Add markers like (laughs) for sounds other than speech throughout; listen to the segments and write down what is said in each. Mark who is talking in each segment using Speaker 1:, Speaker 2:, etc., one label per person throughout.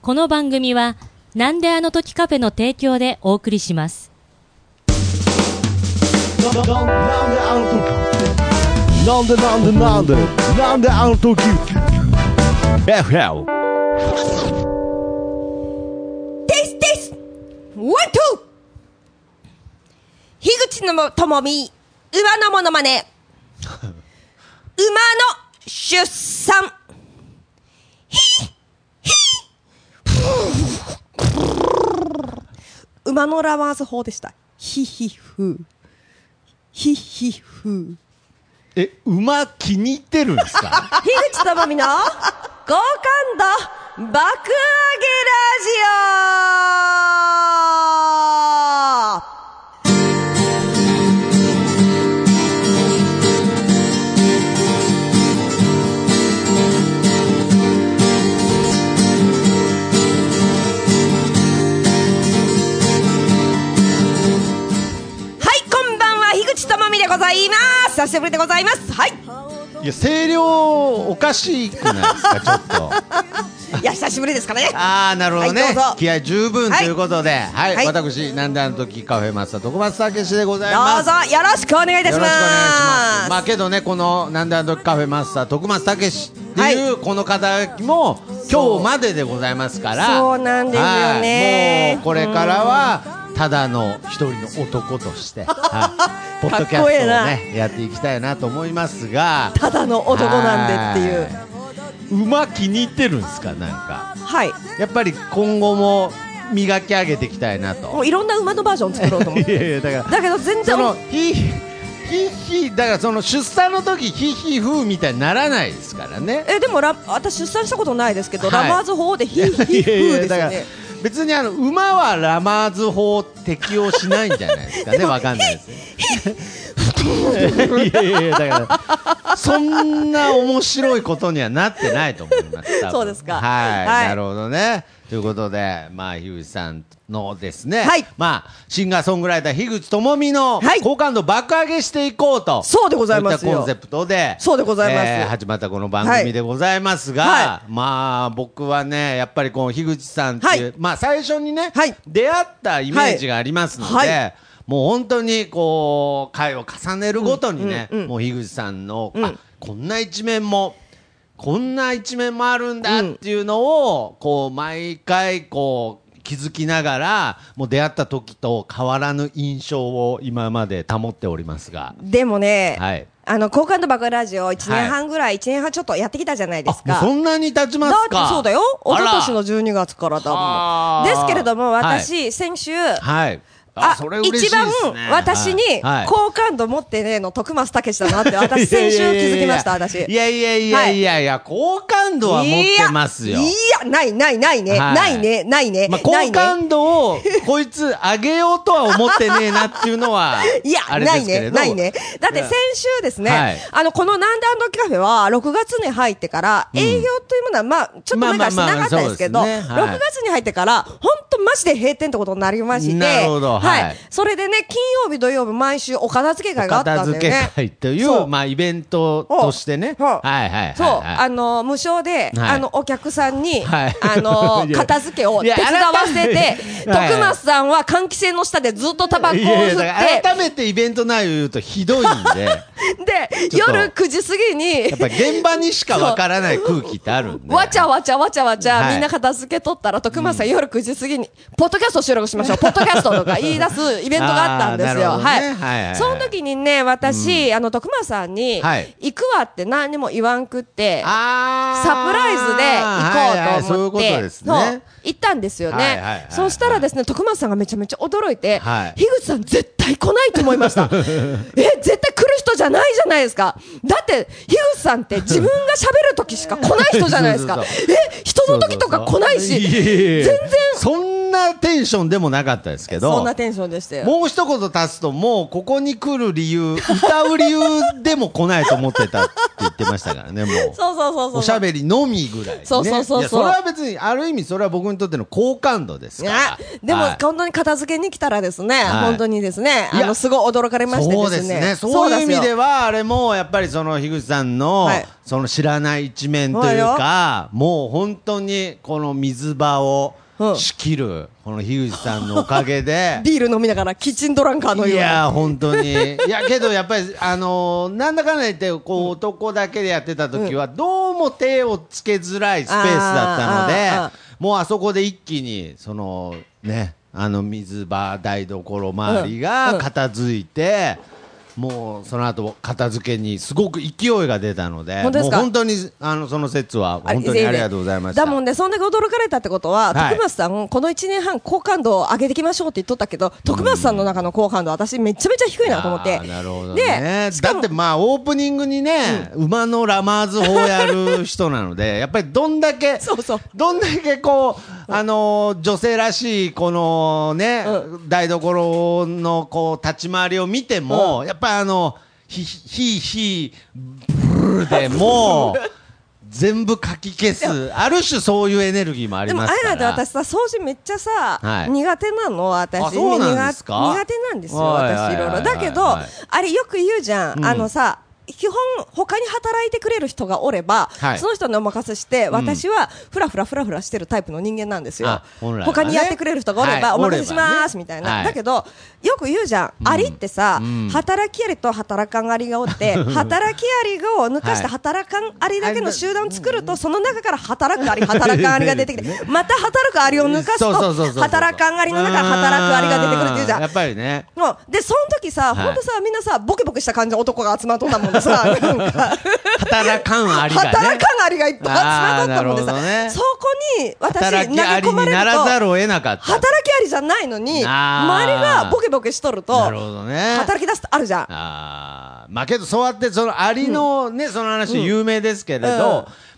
Speaker 1: この番組は、なんであの時カフェの提供でお送りします。
Speaker 2: なんであの時なんでなんでなんでなんであの時 FL
Speaker 3: テステスワン、ツー樋口のもともみ、馬のものまね。馬の出産。ひひ馬のラワーズ法でした。ひひふ。ひひふ。
Speaker 2: え馬気に入ってるんですか
Speaker 3: 樋口智美の好感度爆上げラジオはい、こんばんは、樋口智美でございます。久しぶりでございます。はい。
Speaker 2: いや声量おかしくないですかちょっと
Speaker 3: いや、久しぶりですからね。
Speaker 2: (laughs) ああなるほどね、
Speaker 3: はいどうぞ
Speaker 2: 気合十分ということではい、
Speaker 3: はい
Speaker 2: 私なんであの時カフェマスター徳松武史でござい
Speaker 3: ど
Speaker 2: ま
Speaker 3: う
Speaker 2: す
Speaker 3: ぞよろしくお願いいたしま
Speaker 2: よろしくお願いしますす。まあけどねこのなんであの時カフェマスター徳松武史っていう、この肩書も今日まででございますから。
Speaker 3: そうなんですよね
Speaker 2: はいもうこれからは。ただの一人の男と
Speaker 3: (laughs)
Speaker 2: して、はい、ポッドキ
Speaker 3: かっ
Speaker 2: ャストを
Speaker 3: こええ
Speaker 2: ねやっていきたいなと思いますが
Speaker 3: ただの男なんでっていう
Speaker 2: う馬気に入ってるんですかなんか
Speaker 3: はい
Speaker 2: やっぱり今後も磨き上げていきたいな
Speaker 3: も
Speaker 2: と
Speaker 3: ういろんな馬のバージョン作ろうと思っ
Speaker 2: (laughs) い
Speaker 3: て
Speaker 2: やいやだから
Speaker 3: だけど全
Speaker 2: そ
Speaker 3: 然
Speaker 2: のひひひだからその出産の時ひひふうみたいにならないですからね。
Speaker 3: えでもラ私出産したことないですけど、
Speaker 2: はい
Speaker 3: ラマーズ法でヒーヒ (laughs) ーフー
Speaker 2: いやいや
Speaker 3: です
Speaker 2: だか
Speaker 3: よ
Speaker 2: ら
Speaker 3: ね
Speaker 2: 別にあの馬はラマーズ法適用しないんじゃないですかねわかんないですね。いやいやいやだからそんな面白いことにはなってないと思います。多分
Speaker 3: そうですか
Speaker 2: はい、
Speaker 3: はい
Speaker 2: なるほどね。ということでまあ樋口さんのですね、
Speaker 3: はい
Speaker 2: まあシンガーソングライター樋口智美の
Speaker 3: はい
Speaker 2: 好感度爆上げしていこうと。
Speaker 3: そうでございますよ
Speaker 2: そうったコンセプトで、
Speaker 3: そうでございます
Speaker 2: えー始まったこの番組でございますが、
Speaker 3: はいは
Speaker 2: まあ僕はねやっぱりこの樋口さんっていう、
Speaker 3: はい
Speaker 2: まあ最初にね、
Speaker 3: はい
Speaker 2: 出会ったイメージがありますので。
Speaker 3: はいは
Speaker 2: もう本当にこう回を重ねるごとにね、もう樋口さんの、
Speaker 3: うん
Speaker 2: あこんな一面もこんな一面もあるんだっていうのを、こう毎回こう気づきながらもう出会った時と変わらぬ印象を今まで保っておりますが
Speaker 3: でもね、
Speaker 2: はい
Speaker 3: あの好感度爆ラジオ1
Speaker 2: はい
Speaker 3: 年半ぐらい、1年半ちょっとやってきたじゃないです
Speaker 2: あも
Speaker 3: か
Speaker 2: うそんなに経ちま
Speaker 3: だ
Speaker 2: す
Speaker 3: って
Speaker 2: か
Speaker 3: そうだよ一
Speaker 2: あ
Speaker 3: 昨
Speaker 2: ら
Speaker 3: 年の12月からだも
Speaker 2: は
Speaker 3: ん
Speaker 2: ー
Speaker 3: ですけれども
Speaker 2: はい
Speaker 3: 私、先週
Speaker 2: はい
Speaker 3: あ
Speaker 2: それ嬉しい
Speaker 3: 一
Speaker 2: です
Speaker 3: 番
Speaker 2: ね
Speaker 3: 私に
Speaker 2: はいはい
Speaker 3: 好感度持ってねえの徳松武史だなって私先週気づきました私
Speaker 2: いやいやいやいやいや、好感度は持ってますよ
Speaker 3: いや、いやないないないね、
Speaker 2: はい
Speaker 3: ないね、ないね、
Speaker 2: まあ、
Speaker 3: な
Speaker 2: 好
Speaker 3: いね。
Speaker 2: 感度をこいつ上げようとは思ってねえなっていうのは
Speaker 3: (laughs) いや、
Speaker 2: あれ
Speaker 3: な
Speaker 2: で
Speaker 3: い
Speaker 2: すけれ
Speaker 3: ね、
Speaker 2: ど
Speaker 3: ないね。だって先週ですね、
Speaker 2: はい
Speaker 3: あの、このなんであの時カフェは、6月に入ってから、営業というものは、まあ、ちょっと前からしてなかったですけど、
Speaker 2: まあまあまあそうですねはい
Speaker 3: 6月に入ってから、ほんとマジで閉店ってことになりまして、
Speaker 2: なるほどはい
Speaker 3: それでね、金曜日、土曜日、毎週お片付け会があっ
Speaker 2: 片
Speaker 3: たんだ
Speaker 2: 付
Speaker 3: よ
Speaker 2: け
Speaker 3: ね。
Speaker 2: 会とい
Speaker 3: そう
Speaker 2: まあイベントとしてね
Speaker 3: ほう
Speaker 2: はいはいはいはい
Speaker 3: そう、あの無償で、
Speaker 2: はい
Speaker 3: あのお客さんに、
Speaker 2: はい
Speaker 3: あの
Speaker 2: (laughs) いや
Speaker 3: 片付けを
Speaker 2: い
Speaker 3: 手
Speaker 2: や
Speaker 3: 伝わせて
Speaker 2: 改め、てはい
Speaker 3: 徳松さんは換気扇の下でずっとタバコを
Speaker 2: い
Speaker 3: 吸
Speaker 2: やい
Speaker 3: っ
Speaker 2: や
Speaker 3: て、
Speaker 2: だから改めてイベント内容言うとひどい
Speaker 3: (laughs)
Speaker 2: んでや
Speaker 3: で
Speaker 2: ちょっと
Speaker 3: 夜9時過ぎに
Speaker 2: っぱ現場にしかわからない空気ってあるんで
Speaker 3: わちゃわちゃわちゃわちゃ、
Speaker 2: はい
Speaker 3: みんな片付けとったら、徳松さん、夜9時過ぎに、ポッドキャスト収録しましょう、ポッドキャストとか言い出す
Speaker 2: (laughs)
Speaker 3: イベントがあったんですよ。
Speaker 2: あーな
Speaker 3: は
Speaker 2: るほどねはいはいはい
Speaker 3: い。その時にね、私、あの、徳松さんに、
Speaker 2: はい
Speaker 3: 行くわって何にも言わんくって、
Speaker 2: あー
Speaker 3: サプライズで行こうと思って、
Speaker 2: はいはい、そういうことです
Speaker 3: そう
Speaker 2: ね
Speaker 3: 行ったんですよね、
Speaker 2: はいはいはい
Speaker 3: そうしたらですね徳松さんがめちゃめちゃ驚いて、
Speaker 2: はい
Speaker 3: 樋口さん絶対来ないと思いました
Speaker 2: (laughs)
Speaker 3: え絶対来る人じゃないじゃないですかだって樋口さんって自分が喋る時しか来ない人じゃないですか
Speaker 2: そうそ
Speaker 3: え人の時とか来ないし全
Speaker 2: 全
Speaker 3: 然
Speaker 2: そんななテンションでもなかったですけど。
Speaker 3: そんなテンションでしたよ。
Speaker 2: もう一言足すと、もうここに来る理由、歌う理由でも来ないと思ってたって言ってましたからね、もう。
Speaker 3: そうそうそうそう。
Speaker 2: おしゃべりのみぐらい、ね。
Speaker 3: そうそうそうそう
Speaker 2: いやそれは別に、ある意味それは僕にとっての好感度ですから
Speaker 3: あ。でも、
Speaker 2: はい
Speaker 3: 本当に片付けに来たらですね、
Speaker 2: はい
Speaker 3: 本当にですね、
Speaker 2: い
Speaker 3: あ
Speaker 2: や
Speaker 3: の、すごい驚かれましてですね。
Speaker 2: そうですね。そういう意味で
Speaker 3: は。
Speaker 2: は、あれも、やっぱりその、樋口さんの
Speaker 3: はい、
Speaker 2: その知らない一面というか、もう本当に、この水場を
Speaker 3: うん
Speaker 2: 仕切る、この樋口さんのおかげで
Speaker 3: (laughs) 、ビール飲みながらキッチンドランカーの
Speaker 2: い
Speaker 3: ような。
Speaker 2: や本当にいやけどやっぱりあのーなんだかんだ言ってこう男だけでやってた時はどうも手をつけづらいスペースだ
Speaker 3: あ
Speaker 2: った
Speaker 3: ー
Speaker 2: の
Speaker 3: あーあ
Speaker 2: でもうあそこで一気にそのねあの水場台所周り
Speaker 3: うんう
Speaker 2: が
Speaker 3: ん
Speaker 2: 片付いて、もうその後片付けにすごく勢いが出たので
Speaker 3: 本当で
Speaker 2: も
Speaker 3: す
Speaker 2: う
Speaker 3: か
Speaker 2: 本当にあのその説は本当にありがとうございました。
Speaker 3: だもんね、そんだけ驚かれたってことは、
Speaker 2: はい
Speaker 3: 徳松さん、この1年半、好感度を上げていきましょうって言っとったけど、徳松さんの中の好感度、私、めちゃめちゃ低いなと思って。
Speaker 2: あーなるほどね。
Speaker 3: で、しか
Speaker 2: だっ
Speaker 3: も
Speaker 2: て、まあオープニングにね、馬のラマーズ法をやる人なの
Speaker 3: (laughs)
Speaker 2: で、やっぱりどんだけ、
Speaker 3: そうそう
Speaker 2: どんだけこう、あのー女性らしいこのね、台所のこう立ち回りを見ても、やっぱりあの、ひ、ひ、ひ、ブルで
Speaker 3: (laughs)
Speaker 2: も、全部かき消す。ある種そういうエネルギーもあり
Speaker 3: でも、
Speaker 2: ま
Speaker 3: あ
Speaker 2: す
Speaker 3: や
Speaker 2: から。
Speaker 3: なって私さ、掃除めっちゃさ、
Speaker 2: はい
Speaker 3: 苦手なの、私。
Speaker 2: あそうなんですか
Speaker 3: 苦苦手なんですよ、
Speaker 2: はいは
Speaker 3: 私、
Speaker 2: い
Speaker 3: いろい
Speaker 2: は
Speaker 3: ろ。
Speaker 2: い
Speaker 3: だけど、
Speaker 2: はい
Speaker 3: あれ、よく言うじゃん。
Speaker 2: うん
Speaker 3: あのさ、基本、他に働いてくれる人がおれば、
Speaker 2: はい
Speaker 3: その人にお任せして、私は、ふらふらふらふらしてるタイプの人間なんですよ。
Speaker 2: あ本来はね
Speaker 3: 他にやってくれる人がおれば、
Speaker 2: はい
Speaker 3: お任せします、
Speaker 2: おればね
Speaker 3: みたいな。
Speaker 2: はい
Speaker 3: だけど、よく言うじゃん。ありってさ、
Speaker 2: うん
Speaker 3: 働きありと働かんありがおって、働きありを抜かして、
Speaker 2: はい
Speaker 3: 働かんありだけの集団を作ると、その中から働くあり、働かんありが出てきて、また働くありを抜かす
Speaker 2: そうそうそうそ
Speaker 3: と、
Speaker 2: う
Speaker 3: 働かんありの中から働くありが出てくるっていうじゃ
Speaker 2: や
Speaker 3: ん。
Speaker 2: っぱりね。
Speaker 3: もうで、その時さ、
Speaker 2: はい
Speaker 3: ほんとさ、みんなさ、ボケボケした感じの男が集まっとったもんでさ、なんか
Speaker 2: 働かんありがね。
Speaker 3: 働かんありがいっぱい集まっとったもんで
Speaker 2: あーなるほど
Speaker 3: さ、
Speaker 2: ね
Speaker 3: そこに私、
Speaker 2: 働
Speaker 3: 投
Speaker 2: き
Speaker 3: げ
Speaker 2: あり
Speaker 3: 込
Speaker 2: に
Speaker 3: まれ
Speaker 2: ならざ
Speaker 3: ると、
Speaker 2: るを得なかった。
Speaker 3: 働きありじゃないのに、周り
Speaker 2: あー
Speaker 3: がボケボケしとると、
Speaker 2: なるほどね。
Speaker 3: 働き出すってあるじゃん。
Speaker 2: あーまあけどそうやってそのアリのね、その話有名ですけれど、
Speaker 3: うん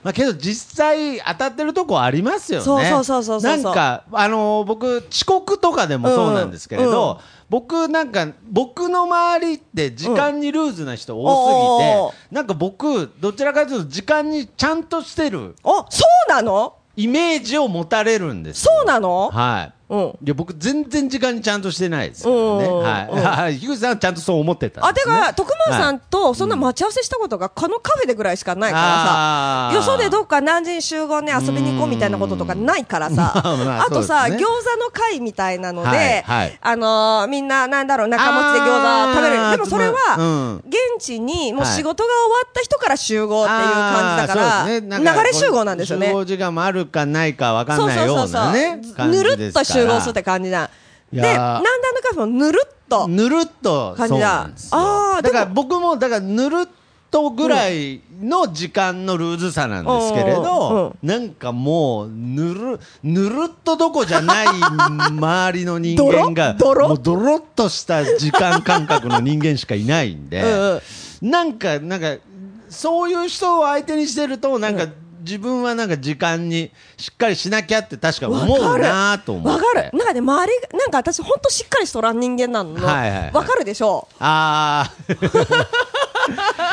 Speaker 2: まあけど実際当たってるとこありますよね。
Speaker 3: そうそうそうそうそう
Speaker 2: なんかあのー僕遅刻とかでもそうなんですけれど、
Speaker 3: うん
Speaker 2: 僕なんか僕の周りって時間にルーズな人多すぎて、
Speaker 3: うんおー
Speaker 2: なんか僕どちらかというと時間にちゃんとしてる
Speaker 3: お、そうなの
Speaker 2: イメージを持たれるんですよ。
Speaker 3: そうなの
Speaker 2: はい。
Speaker 3: うん。
Speaker 2: いや僕全然時間にちゃんとしてないですからね。
Speaker 3: うん
Speaker 2: はい。樋口さんはちゃんとそう思ってた
Speaker 3: あ、
Speaker 2: んで
Speaker 3: て
Speaker 2: すね。
Speaker 3: か、徳間さ
Speaker 2: はい
Speaker 3: んとそんな待ち合わせしたことが、このカフェでぐらいしかないから
Speaker 2: あ
Speaker 3: さ、
Speaker 2: ー
Speaker 3: よそでどっか何時に集合ね、遊びに行こうみたいなこととかないからさ、
Speaker 2: (laughs) まあまあ
Speaker 3: あとさ、
Speaker 2: そ
Speaker 3: 餃
Speaker 2: うですね
Speaker 3: 子の会みたいなの
Speaker 2: はい
Speaker 3: で
Speaker 2: はい、
Speaker 3: あのー、みんな、なんだろう、仲持ちで餃子食べれる。
Speaker 2: あー
Speaker 3: でもそれ
Speaker 2: うん
Speaker 3: は、現地にもう
Speaker 2: はい
Speaker 3: 仕事が終わった人から集合っていう感じだ
Speaker 2: あーそうですね
Speaker 3: か
Speaker 2: な
Speaker 3: ら、
Speaker 2: か
Speaker 3: 流れ集合なんですよね
Speaker 2: 集。合時間もあるかないかわかんないようなね。感じ
Speaker 3: ぬる
Speaker 2: で
Speaker 3: っ
Speaker 2: すか
Speaker 3: と
Speaker 2: ら
Speaker 3: 集合するって感じじゃん。
Speaker 2: い
Speaker 3: で、
Speaker 2: やー
Speaker 3: なんだのカフェもぬるっと。
Speaker 2: ぬるっと
Speaker 3: 感じだ
Speaker 2: そうなんですよ
Speaker 3: あーで
Speaker 2: だ
Speaker 3: も
Speaker 2: から僕もだからぬるっとぐらいの時間のルーズさなんですけれど、なんかもうぬるぬるっとどこじゃない周りの人間が
Speaker 3: ドロドロ
Speaker 2: もうドロっとした時間感覚の人間しかいないんで
Speaker 3: うん
Speaker 2: なんかなんかそういう人を相手にしてるとなんか、自分はなんか時間にしっかりしなきゃって確か思うなと思って
Speaker 3: わかる。なんかね、周りが、なんか私、ほんとしっかりしとらん人間なの。
Speaker 2: はいはいはい
Speaker 3: わかるでしょ
Speaker 2: あ (laughs)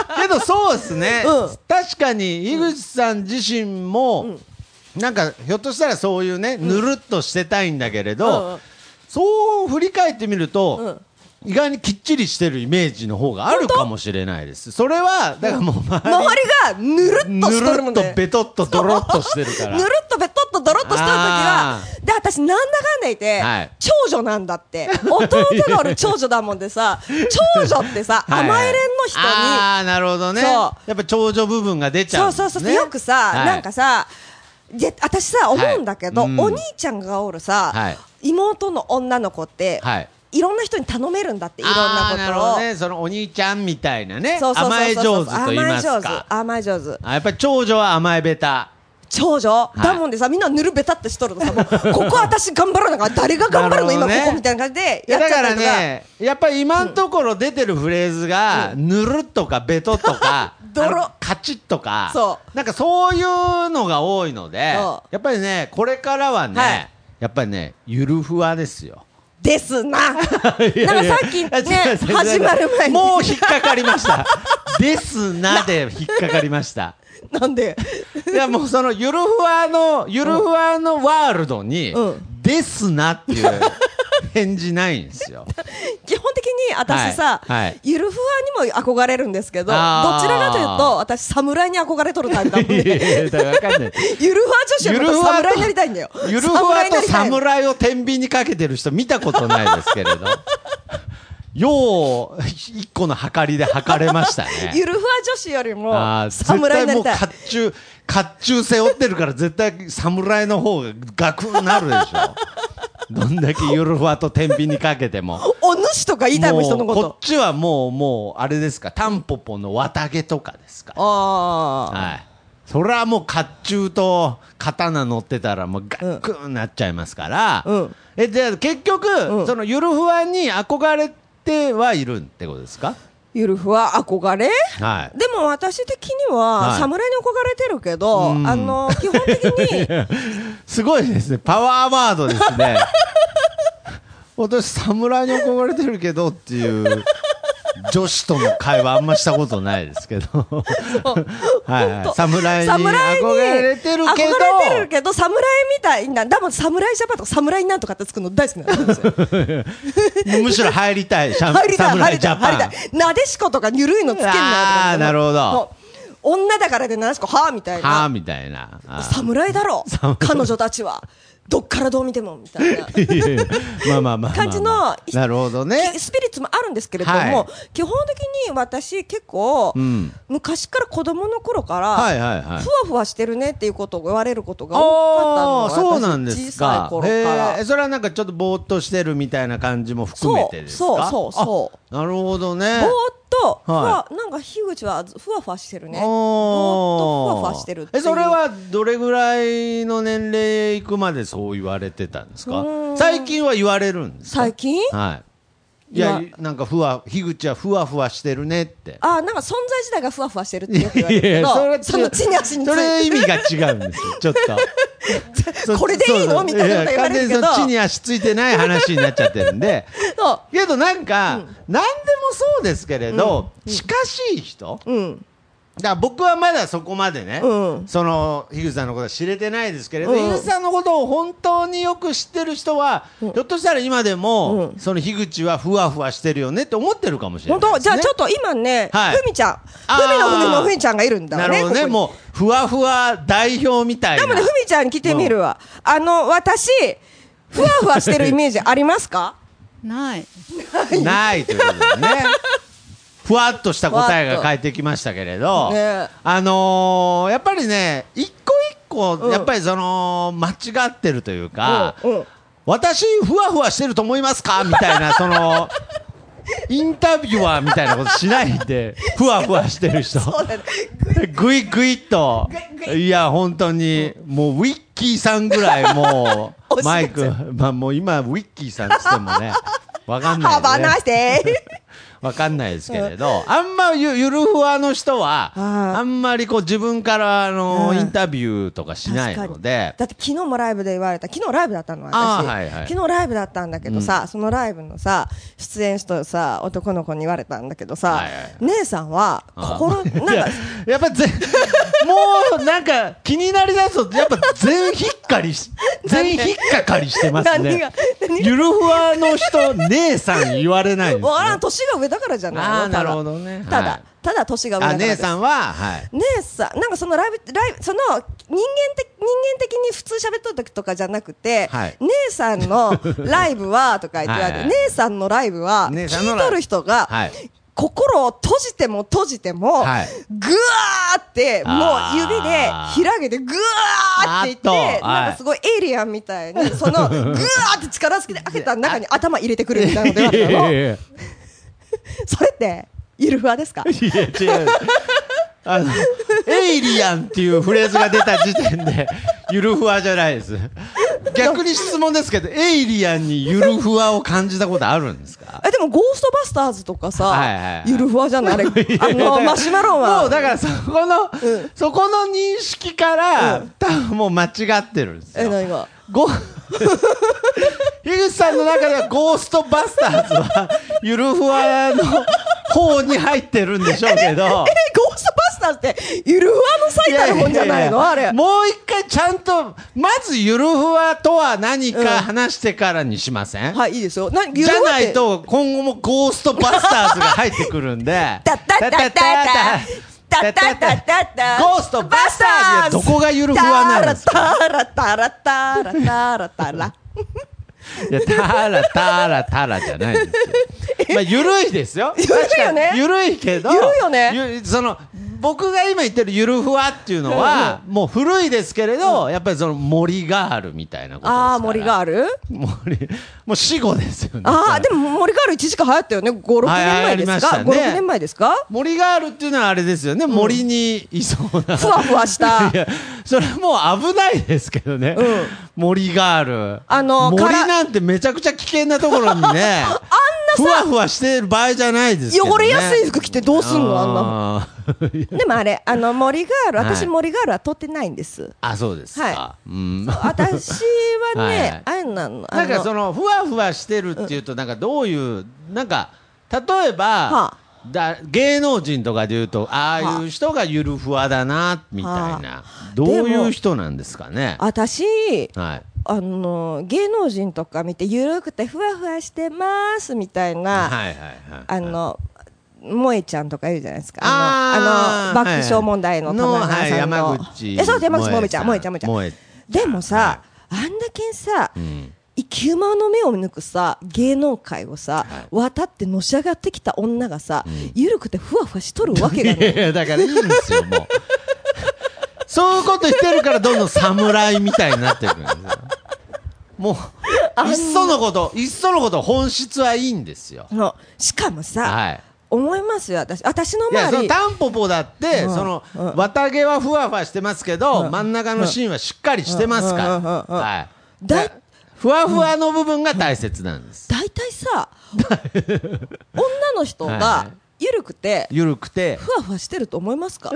Speaker 2: あ。けどそうですね、
Speaker 3: うん
Speaker 2: 確かに井口さん自身も、なんかひょっとしたらそういうね、ぬるっとしてたいんだけれど、
Speaker 3: うんうん
Speaker 2: そう振り返ってみると、意外にきっちりしてるイメージの方があるかもしれないですそれはだからもう
Speaker 3: う。周りがぬるっと
Speaker 2: ぬ
Speaker 3: しとるも
Speaker 2: る
Speaker 3: ん
Speaker 2: っ
Speaker 3: ね
Speaker 2: と。べとっとドロっとしてるから
Speaker 3: (laughs) ぬるっとべとっとどろっとしとるときは
Speaker 2: あ、
Speaker 3: で、私、なんだかんだいて
Speaker 2: はい、
Speaker 3: 長女なんだって。弟がおる長女だもんで
Speaker 2: (laughs)
Speaker 3: さ、長女ってさ、
Speaker 2: はい
Speaker 3: 甘えれんの人に、
Speaker 2: ああなるほどね
Speaker 3: そう
Speaker 2: やっぱ長女部分が出ちゃう
Speaker 3: そ
Speaker 2: ん
Speaker 3: う
Speaker 2: です、
Speaker 3: そ
Speaker 2: ね、
Speaker 3: うそう、よくさ、
Speaker 2: はい
Speaker 3: なんかさ、で私さ、思うんだけど、
Speaker 2: はいうん
Speaker 3: お兄ちゃんがおるさ、
Speaker 2: はい
Speaker 3: 妹の女の子って、
Speaker 2: はい
Speaker 3: い、ろんな人に頼めるんだって、いろんな
Speaker 2: あーる
Speaker 3: こ
Speaker 2: ほ
Speaker 3: とを。
Speaker 2: どね、そのお兄ちゃんみたいなね
Speaker 3: そうそうそうそう
Speaker 2: 甘え上手と言います
Speaker 3: 甘え上
Speaker 2: か
Speaker 3: 手甘え上手
Speaker 2: あやっぱり長女は甘えべた
Speaker 3: 長女、
Speaker 2: い
Speaker 3: だもんでさみんなぬるべたってしとるとさもうここ私頑張らながら誰が頑張るの
Speaker 2: なるほ
Speaker 3: 今
Speaker 2: どね
Speaker 3: ここみたいな感じで
Speaker 2: いや
Speaker 3: やっ
Speaker 2: だ
Speaker 3: ちゃ
Speaker 2: か
Speaker 3: ったり
Speaker 2: ら
Speaker 3: とか、
Speaker 2: ねやっぱり今のところ出てるフレーズが、ぬるっとかべとっ
Speaker 3: (laughs)
Speaker 2: とか
Speaker 3: 泥
Speaker 2: あのカチッとか
Speaker 3: そう
Speaker 2: なんかそういうのが多いので
Speaker 3: そ
Speaker 2: やっぱりねこれからはね、
Speaker 3: はい
Speaker 2: やっぱりねゆるふわですよ
Speaker 3: です
Speaker 2: (laughs)
Speaker 3: な。なんかさっき
Speaker 2: あ違う違
Speaker 3: ね、
Speaker 2: う違う
Speaker 3: 始まる前に。
Speaker 2: もう引っかかりましたですなで引っかかりました
Speaker 3: なんで。
Speaker 2: いやもうそのゆるふわのゆるふわのワールドに
Speaker 3: うん
Speaker 2: 「ですな」っていう返事ないんですよ。
Speaker 3: 基本的に私さ、
Speaker 2: はいはい
Speaker 3: ゆるふわにも憧れるんですけど、どち
Speaker 2: あー
Speaker 3: らかというと、私、侍に憧れとるタイプだもん
Speaker 2: (laughs) いや
Speaker 3: で、
Speaker 2: いやだからわかんない
Speaker 3: ゆるふわ女子は
Speaker 2: (laughs) ゆるふわと
Speaker 3: 侍になりたいんだよ。
Speaker 2: ゆるふわ
Speaker 3: になりたい
Speaker 2: と
Speaker 3: の
Speaker 2: 侍を天秤にかけてる人見たことないですけれど。よう、一個のはかりで測れました
Speaker 3: (laughs)
Speaker 2: ね。
Speaker 3: ゆるふわ女子より
Speaker 2: あ
Speaker 3: も
Speaker 2: ー
Speaker 3: 侍になりたい
Speaker 2: 絶。対もう甲冑、甲冑背負ってるから絶対侍の方がガクンなるでしょ。どんだけゆるふわと天秤にかけても。
Speaker 3: お主とか言いたいもん、人のこ
Speaker 2: もうことっ。ちはもうもうあれですかタンポポの綿毛とかですか
Speaker 3: ああ、
Speaker 2: はいそれはもう甲冑と刀乗ってたらもうガックンなっちゃいますから、
Speaker 3: うん
Speaker 2: えで結局、
Speaker 3: うん
Speaker 2: そのゆるふわに憧れてはいるってことですか
Speaker 3: ゆるふわ憧れ
Speaker 2: はい
Speaker 3: でも私的に
Speaker 2: は
Speaker 3: は、
Speaker 2: い
Speaker 3: 侍に憧れてるけど、
Speaker 2: うん
Speaker 3: あの、基本
Speaker 2: (laughs)
Speaker 3: 的に、
Speaker 2: すごいですねパワーワードですね (laughs) 私侍に憧れてるけどっていう女子との会話あんましたことないですけど (laughs) はいはい
Speaker 3: 本当
Speaker 2: 侍に
Speaker 3: 侍に
Speaker 2: 憧れてるけど
Speaker 3: 憧れてるけど侍みたいな多分侍ジャパンとか侍なんとかってつくの大好きなんです
Speaker 2: (laughs)
Speaker 3: よ
Speaker 2: むしろ入りたい、シャン
Speaker 3: 入りたい入
Speaker 2: 侍
Speaker 3: り
Speaker 2: ジ
Speaker 3: たい
Speaker 2: ャ
Speaker 3: 入
Speaker 2: パ
Speaker 3: り
Speaker 2: ン。
Speaker 3: たいなでしことかゆるいのつけんなとか
Speaker 2: あーなるほど
Speaker 3: そう女だからでなでしこはあみたい
Speaker 2: はあ
Speaker 3: な
Speaker 2: みたいな。あ
Speaker 3: 侍だろ彼女たちはどっからどう見てもみたいな
Speaker 2: いやいや (laughs) まあまあまあまあまあ。
Speaker 3: 感じの
Speaker 2: なるほどね
Speaker 3: き。スピリッツもあるんですけれども、
Speaker 2: はい
Speaker 3: 基本的に私結構、
Speaker 2: うん
Speaker 3: 昔から子供の頃から、
Speaker 2: はいはいはい
Speaker 3: ふわふわしてるねっていうことを言われることが
Speaker 2: あ
Speaker 3: 多
Speaker 2: あ
Speaker 3: かったの
Speaker 2: そ
Speaker 3: 私
Speaker 2: うなんで
Speaker 3: 小
Speaker 2: す
Speaker 3: さ
Speaker 2: か
Speaker 3: い。頃から
Speaker 2: へえそれはなんかちょっとぼーっとしてるみたいな感じも含めてですか。
Speaker 3: そうそうそうそう
Speaker 2: あなるほどね。
Speaker 3: ぼーっと、ふ
Speaker 2: は
Speaker 3: わなんか樋口はふわふわしてるね。ぼ
Speaker 2: お
Speaker 3: ー
Speaker 2: ー
Speaker 3: っとふわふわしてるってい
Speaker 2: え
Speaker 3: う。
Speaker 2: それはどれぐらいの年齢いくまでそう言われてたんですか
Speaker 3: うーん
Speaker 2: 最近は言われるんですか
Speaker 3: 最近
Speaker 2: はいいや
Speaker 3: いや
Speaker 2: なんかふわ樋口はふわふわしてるねって
Speaker 3: あーなんか存在自体がふわふわしてるってよく言われるけ
Speaker 2: いやいや
Speaker 3: ど、その地に足につ
Speaker 2: それ
Speaker 3: い
Speaker 2: 意味が違うんですよちょっとそ
Speaker 3: (laughs) これでいいの
Speaker 2: そう
Speaker 3: みたいなこと言われるけど
Speaker 2: や完全にその地に足ついてない話になっちゃってる
Speaker 3: (laughs)
Speaker 2: んで
Speaker 3: て。そ
Speaker 2: けどなんか、何でもそうですけれど、近しい人、
Speaker 3: う。うん。
Speaker 2: だから僕はまだそこまでね、
Speaker 3: うん
Speaker 2: その樋口さんのことは知れてないですけれど、
Speaker 3: うん
Speaker 2: 樋口さんのことを本当によく知ってる人は、ひょっとしたら今でも、
Speaker 3: うん
Speaker 2: その樋口はふわふわしてるよねって思ってるかもしれな
Speaker 3: 本
Speaker 2: いです、ね、
Speaker 3: 当じゃあちょっと今ね、
Speaker 2: はい
Speaker 3: ふみちゃん。
Speaker 2: あー
Speaker 3: ふみのふみのふみちゃんがいるんだ
Speaker 2: な
Speaker 3: よ
Speaker 2: る
Speaker 3: ね。
Speaker 2: ほどね
Speaker 3: ここに
Speaker 2: もうふわふわ代表みたいな
Speaker 3: でもね、ふみちゃんに聞いてみるわ。あの、私、ふわふわしてるイメージあります
Speaker 2: (laughs)
Speaker 3: か
Speaker 4: ない。
Speaker 2: ないというこ
Speaker 3: (laughs)
Speaker 2: とでねふわっとした答えが返ってきましたけれど、
Speaker 3: ふわっとね
Speaker 2: あのーやっぱりね一個一個
Speaker 3: うん
Speaker 2: やっぱりその間違ってるというか、
Speaker 3: うんうん
Speaker 2: 私ふわふわしてると思いますかみた
Speaker 3: (laughs)
Speaker 2: いなそのインタビュアーみたいなことしないんでふわふわしてる人
Speaker 3: そうだね。
Speaker 2: ぐいぐいっといや本当にもうウィッキーさんぐらいも
Speaker 3: (laughs) 教え
Speaker 2: う
Speaker 3: て
Speaker 2: マイクまあもう今ウィッキーさんっつってもねわかんないよ
Speaker 3: 幅
Speaker 2: ね
Speaker 3: なして。
Speaker 2: (laughs) わかんないですけれど、あんまゆゆるふわの人は、
Speaker 3: あー
Speaker 2: あんまりこう自分からあの
Speaker 3: うん
Speaker 2: インタビューとかしないので、
Speaker 3: だって昨日もライブで言われた昨日ライブだったの私、
Speaker 2: あーはいはい
Speaker 3: 昨日ライブだったんだけどさ、そのライブのさ出演したさ男の子に言われたんだけどさ、
Speaker 2: はいはい
Speaker 3: 姉さんは
Speaker 2: あ
Speaker 3: 心
Speaker 2: (laughs) い
Speaker 3: なん
Speaker 2: や
Speaker 3: か
Speaker 2: やっぱぜもうなんか気になりだすとやっぱ全ひっかり
Speaker 3: (laughs)
Speaker 2: し全ひっかかりしてます
Speaker 3: 何
Speaker 2: ね
Speaker 3: が何
Speaker 2: ゆるふわの人姉さん言われないです、ね、
Speaker 3: わからん年が上だからじゃないの
Speaker 2: あ
Speaker 3: た
Speaker 2: ー
Speaker 3: だ
Speaker 2: なるほどね
Speaker 3: ただ、
Speaker 2: はい
Speaker 3: ただ年が上だ
Speaker 2: あ
Speaker 3: からで
Speaker 2: 姉
Speaker 3: す
Speaker 2: さんははい
Speaker 3: (laughs) 姉さんなんかそのライブライブその人間的人間的に普通喋っとる時とかじゃなくて、
Speaker 2: はい
Speaker 3: 姉さん
Speaker 2: (laughs)
Speaker 3: のライブはとか言って言われて
Speaker 2: はいはい
Speaker 3: 姉さんのライブは聞
Speaker 2: 姉
Speaker 3: い
Speaker 2: さんのライブ
Speaker 3: とる人が、
Speaker 2: はい
Speaker 3: 心を閉じても閉じても、
Speaker 2: はい
Speaker 3: ぐわーってもう指で
Speaker 2: あー
Speaker 3: 開けてぐわーって言っ
Speaker 2: あ
Speaker 3: て
Speaker 2: っとはい
Speaker 3: なんかすごいエイリアンみたいに
Speaker 2: (laughs)
Speaker 3: そのぐわーって力つけて開けた中に頭入れてくるみたいなこと言われたの
Speaker 2: (laughs)
Speaker 3: それってゆるふわですか
Speaker 2: いや違うあのエイリアンっていうフレーズが出た時点でゆるふわじゃないです逆に質問ですけどエイリアンにゆるふわを感じたことあるんですか
Speaker 3: えでもゴーストバスターズとかさ、
Speaker 2: はいはいはい
Speaker 3: ゆるふわじゃないあれあのマシュマロンは
Speaker 2: もうだからそこの、
Speaker 3: うん
Speaker 2: そこの認識から、
Speaker 3: うん
Speaker 2: 多分もう間違ってるんです
Speaker 3: え
Speaker 2: よ。
Speaker 3: 何が
Speaker 2: ご樋口さんの中ではゴーストバスターズはゆるふわの方に入ってるんでしょうけど
Speaker 3: え。ゴーストバスターズってゆるふわの最たるもんじゃないの
Speaker 2: ややや
Speaker 3: あれ
Speaker 2: もう一回ちゃんとまずゆるふわとは何
Speaker 3: うん
Speaker 2: か話してからにしません、
Speaker 3: はいいいですよなゆる
Speaker 2: じ
Speaker 3: ふわ
Speaker 2: ゃ
Speaker 3: って。
Speaker 2: ないと今後もゴーストバスターズが入ってくるんで
Speaker 3: タッタッタッタッタッタッタッタッタッタ
Speaker 2: ゴーストバスターズいやどこがゆるふわなんですか
Speaker 3: タラタラタラタラタラタラ
Speaker 2: いや、タラタラタラじゃないですよ。まあ、ゆるいですよ。
Speaker 3: ゆるいよね
Speaker 2: 確かにゆるいけど。
Speaker 3: ゆるいよね
Speaker 2: ゆその、僕が今言ってるゆるふわっていうのは、もう古いですけれど、やっぱりその森があるみたいなことですから。
Speaker 3: ああ森が
Speaker 2: ある。
Speaker 3: ある
Speaker 2: 森、もう死後ですよね。
Speaker 3: ああでも森ガール一時期流行ったよね56年前ですか
Speaker 2: はい流行りましたね
Speaker 3: 56年前ですか
Speaker 2: 森があるっていうのはあれですよね。森にいそうな。
Speaker 3: ふわふわした
Speaker 2: (laughs) いや、それはもう危ないですけどね。
Speaker 3: ん
Speaker 2: 森がある。
Speaker 3: あの
Speaker 2: 森
Speaker 3: から
Speaker 2: なんてめちゃくちゃ危険なところに
Speaker 3: (laughs)
Speaker 2: ね。あんなふわふわしてる場合じゃないですけど、ね。
Speaker 3: 汚れやすい服着てどうすんのあんな
Speaker 2: あー
Speaker 3: (laughs)
Speaker 2: (laughs)
Speaker 3: でもあれあの森ガール
Speaker 2: はい
Speaker 3: 私森ガールは撮ってないん
Speaker 2: (laughs)
Speaker 3: です
Speaker 2: あ、そうですか。
Speaker 3: は
Speaker 2: うん。
Speaker 3: 私は
Speaker 2: はいは
Speaker 3: ね
Speaker 2: い
Speaker 3: あれなのあ
Speaker 2: なんかそ
Speaker 3: の
Speaker 2: のふわふわしてるっていうとなんかどういうなんか例えば、
Speaker 3: はあ
Speaker 2: だ芸能人とかでいうとああいう人がゆるふわだなみたいな、どういう人なんですかね。
Speaker 3: 私
Speaker 2: はい。
Speaker 3: あの芸能人とか見てゆるくてふわふわしてますみたいな、
Speaker 2: はいはいはい。
Speaker 3: あの萌えちゃんとかいるじゃないですかあのあの
Speaker 2: ー
Speaker 3: 爆笑問題の
Speaker 2: はい
Speaker 3: 田中
Speaker 2: はい
Speaker 3: さんの,、
Speaker 2: 山口
Speaker 3: えそうです山口萌えちゃん萌えちゃん萌えちゃん
Speaker 2: 萌え
Speaker 3: でもさ、あんだけさ、
Speaker 2: ん
Speaker 3: 生き馬の目を抜くさ芸能界をさ、渡ってのし上がってきた女がさ、ゆるくてふわふわしとるわけが
Speaker 2: い
Speaker 3: ない
Speaker 2: (laughs) やいやだからいいんですよ
Speaker 3: (laughs)
Speaker 2: もうそういうこと言ってるからどんどん侍みたいになってくるんですよもういっそのこといっそのこと本質はいいんですよ
Speaker 3: のしかもさ、
Speaker 2: はい
Speaker 3: 思いますよ私私の
Speaker 2: いやそ
Speaker 3: 周
Speaker 2: の
Speaker 3: り
Speaker 2: タンポポだって、
Speaker 3: うん
Speaker 2: その、
Speaker 3: うん
Speaker 2: 綿毛はふわふわしてますけど、
Speaker 3: うん
Speaker 2: 真ん中の芯はしっかりしてますから、
Speaker 3: うんうんうんうん
Speaker 2: はい
Speaker 3: だ
Speaker 2: でふわふわの部分が大切なんです、
Speaker 3: 大体
Speaker 2: (laughs)
Speaker 3: さ女の人
Speaker 2: は
Speaker 3: がゆるくて
Speaker 2: ゆるくて
Speaker 3: ふわふわしてると思いますか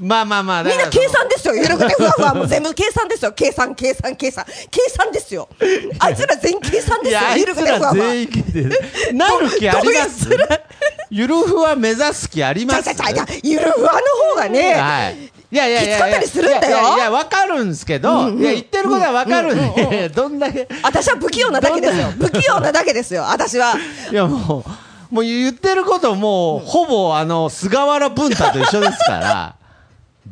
Speaker 2: まあまあまあだ
Speaker 3: みん
Speaker 2: から
Speaker 3: な計算
Speaker 2: (laughs)
Speaker 3: ですよゆるくてふわふわもう全部計算ですよ計算計算計算計算ですよあいつら全員計算
Speaker 2: い
Speaker 3: ですよ
Speaker 2: やあい
Speaker 3: ゆるく
Speaker 2: つ
Speaker 3: てふわ
Speaker 2: ら
Speaker 3: ふわ
Speaker 2: 全員でなる気ありますゆるふわ目指す気ありま
Speaker 3: ちゃ
Speaker 2: す
Speaker 3: ちゃちゃちゃゆるふわの方がね、
Speaker 2: はいいやいやいやいや
Speaker 3: きつかったりするんだよ
Speaker 2: いやいやわかるんですけど、いや言ってることはわかるんで、いやどんだけ
Speaker 3: 私は不器用なだけですよ不器用なだけですよ私はい
Speaker 2: やもうもう言ってることもう、ほぼあの菅原文太と一緒ですから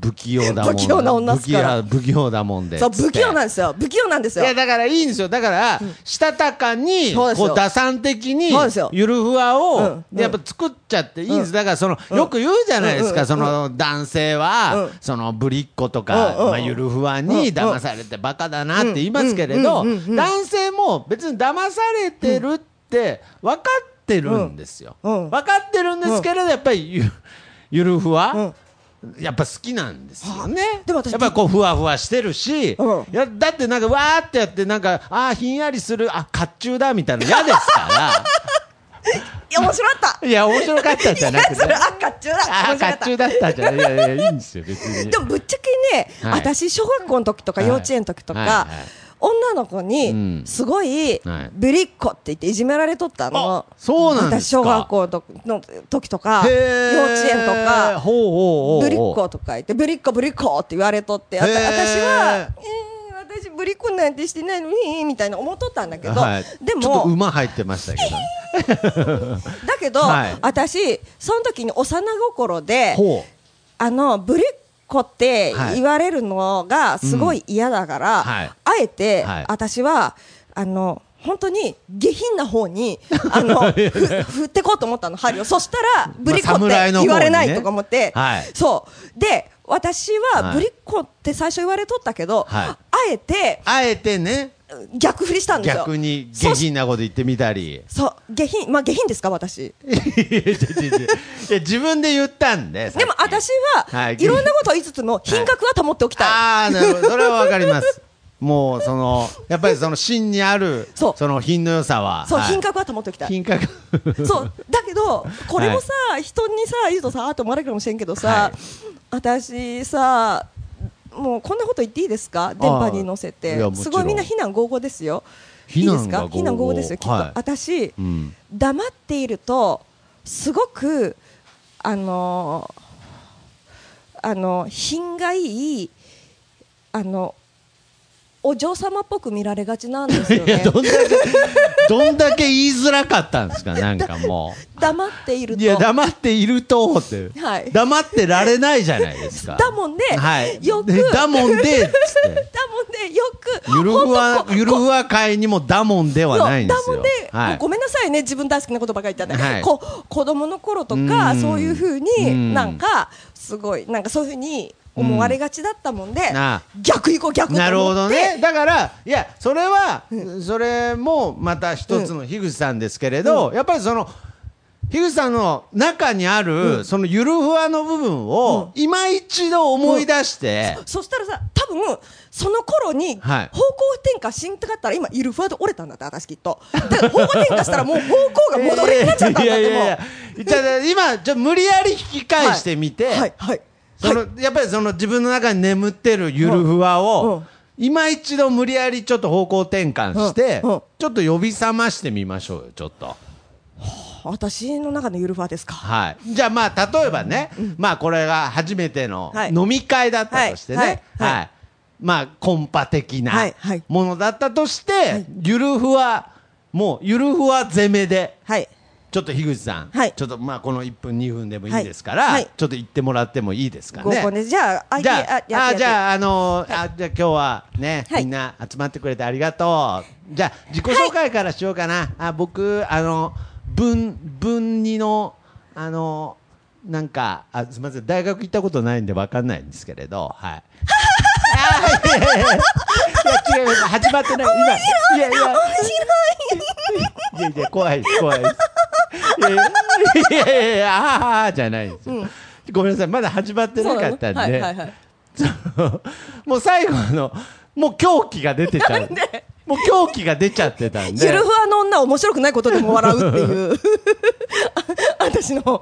Speaker 2: 不器用だもん
Speaker 3: 不器用な女っ
Speaker 2: 不器
Speaker 3: すから
Speaker 2: 用不器用だもんで
Speaker 3: そう
Speaker 2: つって
Speaker 3: 不器用なんですよ不器用なんですよ
Speaker 2: いやだからいいんですよだから、したたかに
Speaker 3: そうですよ
Speaker 2: こう打算的に
Speaker 3: そうですよ
Speaker 2: ゆるふわを、
Speaker 3: うん
Speaker 2: やっぱ作っちゃっていいんです、だからそのよく言うじゃないですか、
Speaker 3: うん
Speaker 2: その男性は、
Speaker 3: うん
Speaker 2: そのぶりっ子とか、
Speaker 3: うんうん
Speaker 2: まあ、ゆるふわに騙されてバカだなって言いますけれど、
Speaker 3: うんうんうんうん
Speaker 2: 男性も別に騙されてるって分かってるんですよ、
Speaker 3: うんうん
Speaker 2: 分かってるんですけれどやっぱりゆゆるふわ、
Speaker 3: うん
Speaker 2: やっぱ好きなんですよね。
Speaker 3: でも私
Speaker 2: やっぱこうふわふわしてるし、
Speaker 3: うん
Speaker 2: いやだってなんかわーってやってなんかあーひんやりするあ甲冑だみたいなの嫌ですか
Speaker 3: いや面白か (laughs) った
Speaker 2: らいや面白かったんじゃ
Speaker 3: い
Speaker 2: な
Speaker 3: や
Speaker 2: く
Speaker 3: そ
Speaker 2: て
Speaker 3: れあ甲冑だ
Speaker 2: あ
Speaker 3: 面白
Speaker 2: 甲
Speaker 3: かった
Speaker 2: 冑だったじゃないいやいやいいんですよ別に
Speaker 3: でもぶっちゃけね、
Speaker 2: はい
Speaker 3: 私小学校の時とか
Speaker 2: はい
Speaker 3: 幼稚園の時とか、
Speaker 2: はいはい
Speaker 3: 女の子
Speaker 2: う
Speaker 3: に
Speaker 2: ん
Speaker 3: すごい
Speaker 2: はい
Speaker 3: ぶりっ子って言っていじめられとったの
Speaker 2: あ、そうなんですか
Speaker 3: 私小学校の時の時とか
Speaker 2: へ
Speaker 3: 幼
Speaker 2: ー
Speaker 3: 稚園とか
Speaker 2: ほうほうほうほう
Speaker 3: ぶりっ子とか言ってぶりっ子ぶりっ子って言われとってあた
Speaker 2: へー
Speaker 3: 私は、えー私ぶりっ子なんてしてないのにみたいな思っとったんだけど、
Speaker 2: はい
Speaker 3: で
Speaker 2: ちょっと
Speaker 3: も
Speaker 2: 馬入ってましたけど
Speaker 3: だけど、
Speaker 2: はい
Speaker 3: 私その時に幼心で
Speaker 2: ほう
Speaker 3: あのぶりっ子って
Speaker 2: はい
Speaker 3: 言われるのがすごい嫌だから、
Speaker 2: んはい
Speaker 3: あえて、
Speaker 2: はい
Speaker 3: 私はあの本当に下品な方
Speaker 2: (laughs)
Speaker 3: にあのふ振ってこうと思ったの針をそしたらぶりっ子って
Speaker 2: 侍の方にね
Speaker 3: 言われないとか思って、
Speaker 2: はい
Speaker 3: そうで私は
Speaker 2: はい
Speaker 3: ぶりっ子って最初言われとったけど、
Speaker 2: はい
Speaker 3: あえて
Speaker 2: あえてね
Speaker 3: 逆振りしたんですよ
Speaker 2: 逆に下
Speaker 3: そし
Speaker 2: 品なこと言ってみ
Speaker 3: (laughs)
Speaker 2: たり
Speaker 3: そう下品まあ下品ですか私
Speaker 2: いやいやいやいや自分で言ったんでさっ
Speaker 3: で
Speaker 2: き
Speaker 3: も私は、
Speaker 2: はい
Speaker 3: い、ろんなことを言いつつも品格は保っておきたい、
Speaker 2: ああ、なるほど。それはわかります。 (laughs) もうそのやっぱりその芯にある
Speaker 3: そう
Speaker 2: の品の良さは
Speaker 3: そう、
Speaker 2: はい
Speaker 3: 品格は保っておきたい
Speaker 2: 品格 (laughs)
Speaker 3: そうだけどこれもさ、人にさ言うとさあーと思われるかもしれんけどさ、
Speaker 2: はい
Speaker 3: 私さもうこんなこと言っていいですか電波に乗せ
Speaker 2: いや
Speaker 3: て
Speaker 2: もちろん
Speaker 3: すごいみんな非難合々ですよ
Speaker 2: 非難が
Speaker 3: いいですか非難合々ですよきっと、
Speaker 2: はい
Speaker 3: 私
Speaker 2: うん
Speaker 3: 黙っているとすごくあのーあの品がいいあのお嬢様っぽく見られがちなんですよ
Speaker 2: (laughs) いや
Speaker 3: ね
Speaker 2: どんだけどんだけ言いづらかったんで
Speaker 3: (laughs)
Speaker 2: すかなんかも
Speaker 3: 黙っている
Speaker 2: う
Speaker 3: と
Speaker 2: いや黙っているとって、
Speaker 3: はい
Speaker 2: 黙ってられないじゃないですか
Speaker 3: だもんで
Speaker 2: はい、
Speaker 3: よく
Speaker 2: でだもんでっつって
Speaker 3: (laughs) だもんね、よく。
Speaker 2: ゆるふ
Speaker 3: ほ
Speaker 2: わ
Speaker 3: んとこう
Speaker 2: ゆるふわ会にもだもんではないんです
Speaker 3: そう
Speaker 2: よ
Speaker 3: だもんね、
Speaker 2: は
Speaker 3: もう
Speaker 2: い
Speaker 3: ごめんなさいね、自分大好きなことばかり言ったね、
Speaker 2: はい
Speaker 3: こ子供の頃と
Speaker 2: う
Speaker 3: か、
Speaker 2: ん
Speaker 3: そういうふう
Speaker 2: うん
Speaker 3: に、なんか、すごい、なんかそういうふうに思われがちだったもんで
Speaker 2: うんああ、
Speaker 3: 逆行こう、逆と思って
Speaker 2: なるほどね。だから、いや、それは、それもまた一つの樋口さんですけれど、やっぱりその、樋口さんの中にある、そのゆるふわの部分を、今一度思い出して、
Speaker 3: そしたらさ、多分その頃に方
Speaker 2: はい
Speaker 3: 向転換しんたかったら、今、ゆるふわで折れたんだって、私きっと。だから方向転換したら、もう方向が戻れなくなっちゃったん
Speaker 2: (laughs) い
Speaker 3: だ
Speaker 2: や
Speaker 3: っ
Speaker 2: い
Speaker 3: て、
Speaker 2: やい
Speaker 3: も
Speaker 2: やじゃあ今、ちょっと無理やり引き返してみて、
Speaker 3: う。はい、はい。
Speaker 2: そのやっぱりその自分の中に眠ってるゆるふわ
Speaker 3: うんう
Speaker 2: を
Speaker 3: ん、
Speaker 2: 今一度無理やりちょっと方向転換して、ち
Speaker 3: うんう
Speaker 2: ょ
Speaker 3: ん
Speaker 2: っと呼び覚ましてみましょうよ、ちょっと。
Speaker 3: 私の中のゆるふわですか。
Speaker 2: はい、じゃあまあ例えばね、まあこれが初めての
Speaker 3: はい
Speaker 2: 飲み会だったとしてね、は
Speaker 3: はいいはい
Speaker 2: まあコンパ的な
Speaker 3: はいはい
Speaker 2: ものだったとして、ゆるふわもうゆるふわ攻めで
Speaker 3: はい。
Speaker 2: ちょっと樋口さん、
Speaker 3: はい
Speaker 2: ちょっとまあこの1分2分でもいいですから、
Speaker 3: はいはい
Speaker 2: ちょっと言ってもらってもいいですか
Speaker 3: 合コン
Speaker 2: ね。
Speaker 3: です。じゃあ、
Speaker 2: じゃあ、あじ
Speaker 3: あ、
Speaker 2: ゃあ、あのーあじゃあ今日はね、
Speaker 3: はい
Speaker 2: みんな集まってくれてありがとう。じゃあ、自己紹介からしようかな。あ僕、あの、分、分二の、あの、なんか、あすみません、大学行ったことないんでわかんないんですけれど、はい。あいやいやいやいや違います始まってない。今、いやいや、いやいや、怖いです、怖いです。いやいやいや、あーあーじゃないんですよ。ごめんなさい、まだ始まってなかった
Speaker 3: そうな
Speaker 2: んで、
Speaker 3: のはいはいはい
Speaker 2: その (laughs) もう最後の、もう狂気が出てた。もう狂気が出ちゃってた
Speaker 3: (laughs)
Speaker 2: んで。
Speaker 3: ゆるふわの女は面白くないことでも笑うって
Speaker 2: (laughs)
Speaker 3: いうあ私の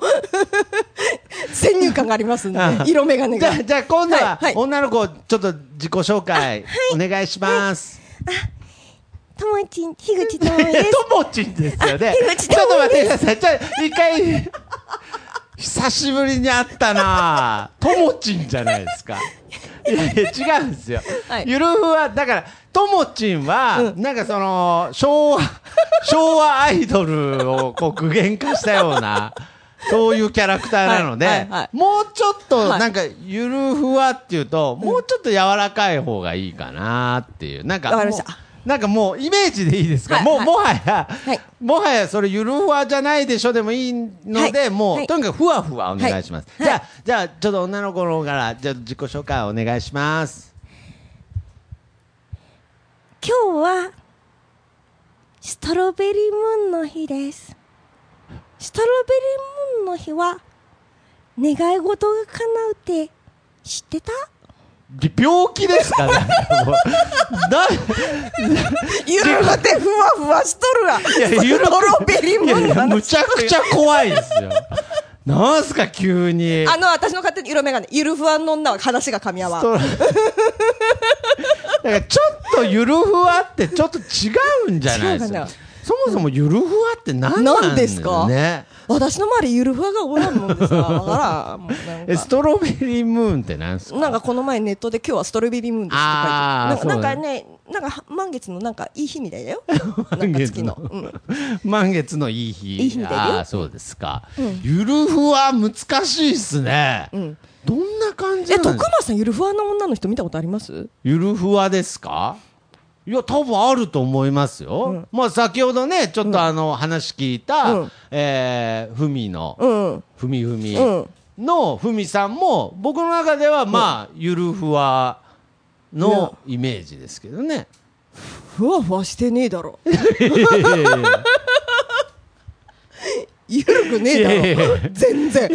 Speaker 3: 先入観がありますんで
Speaker 2: ああ
Speaker 3: 色眼鏡
Speaker 2: じ
Speaker 3: が
Speaker 2: ゃあ、じゃあ今度は、
Speaker 3: はいはい
Speaker 2: 女の子、ちょっと自己紹介、お願いします。
Speaker 3: ともちん樋口智美
Speaker 2: え
Speaker 3: で
Speaker 2: っ
Speaker 3: す
Speaker 2: ともちんですよね。
Speaker 3: 樋口
Speaker 2: ちょっと待ってください。ちょっと一回、久しぶりに会ったなぁともちんじゃないですか。いやいや、違うんですよ。
Speaker 3: はい
Speaker 2: ゆるふわ、だから、ともちんは、なんかその、昭和、 (laughs) 昭和アイドルをこう具現化したような、そういうキャラクターなので、
Speaker 3: はいはいはい
Speaker 2: もうちょっと、
Speaker 3: はい
Speaker 2: なんか、ゆるふわっていうと、もうちょっと柔らかい方がいいかなっていう。なんか、
Speaker 3: わかりました
Speaker 2: もうなんかもう、イメージでいいですか、
Speaker 3: はい
Speaker 2: もう、
Speaker 3: はい
Speaker 2: もはや、
Speaker 3: はい
Speaker 2: もはやそれゆるふわじゃないでしょでもいいので、
Speaker 3: はい
Speaker 2: もう、
Speaker 3: はい
Speaker 2: とにかくふわふわお願いします、
Speaker 3: はい
Speaker 2: じゃあ、
Speaker 3: は
Speaker 2: じゃあちょっと女の子の方からじゃあ自己紹介お願いします
Speaker 4: 今日はストロベリームーンの日ですストロベリームーンの日は願い事が叶うって知ってた
Speaker 2: び病気ですかなんかもうな
Speaker 3: ゆるふわってふわふわしとるわ
Speaker 2: いやゆる
Speaker 3: ストロベリー
Speaker 2: (laughs) い
Speaker 3: ム
Speaker 2: や
Speaker 3: ーン
Speaker 2: い
Speaker 3: の
Speaker 2: やむ
Speaker 3: 話
Speaker 2: ちゃくちゃ怖いですよなんすか急に
Speaker 3: あの私の勝手に色眼鏡ゆるふわの女は話が噛み合わん
Speaker 2: そ
Speaker 3: (laughs)
Speaker 2: だからちょっとゆるふわってちょっと違うんじゃないで
Speaker 3: 違
Speaker 2: す
Speaker 3: う
Speaker 2: か
Speaker 3: かな
Speaker 2: そもそもゆるふわって何なん
Speaker 3: なんですか
Speaker 2: ね
Speaker 3: 私の周りゆるふわがおらんもんでさ
Speaker 2: (laughs)
Speaker 3: わからんもうなん
Speaker 2: え
Speaker 3: か
Speaker 2: ストロベリームーンってなんすか
Speaker 3: なんかこの前ネットで今日はストロベリームーンですって書いて
Speaker 2: あー
Speaker 3: あるなんかなん
Speaker 2: そ
Speaker 3: か
Speaker 2: う
Speaker 3: ね、なんか満月のなんかいい日みたいだよ。なんか月の。
Speaker 2: (laughs)
Speaker 3: うん、
Speaker 2: (laughs) 満月のいい日
Speaker 3: いい日みたいだよ
Speaker 2: ああそうですか、ゆるふわ難しいっすね、どんな感じ
Speaker 3: え、
Speaker 2: なんです
Speaker 3: 徳
Speaker 2: か
Speaker 3: 間さんゆるふわの女の人見たことあります
Speaker 2: ゆるふわですかいや多分あると思いますよ、まあ先ほどねちょっとあの話聞いた、
Speaker 3: うん
Speaker 2: えーふみ
Speaker 3: う
Speaker 2: の
Speaker 3: ん。
Speaker 2: ふみふみ
Speaker 3: うん
Speaker 2: のふみさんも僕の中ではまあ、ゆるふわのイメージですけどね、
Speaker 3: ふわふわしてねえだろ。 (laughs) ゆるくねえだろ。全然。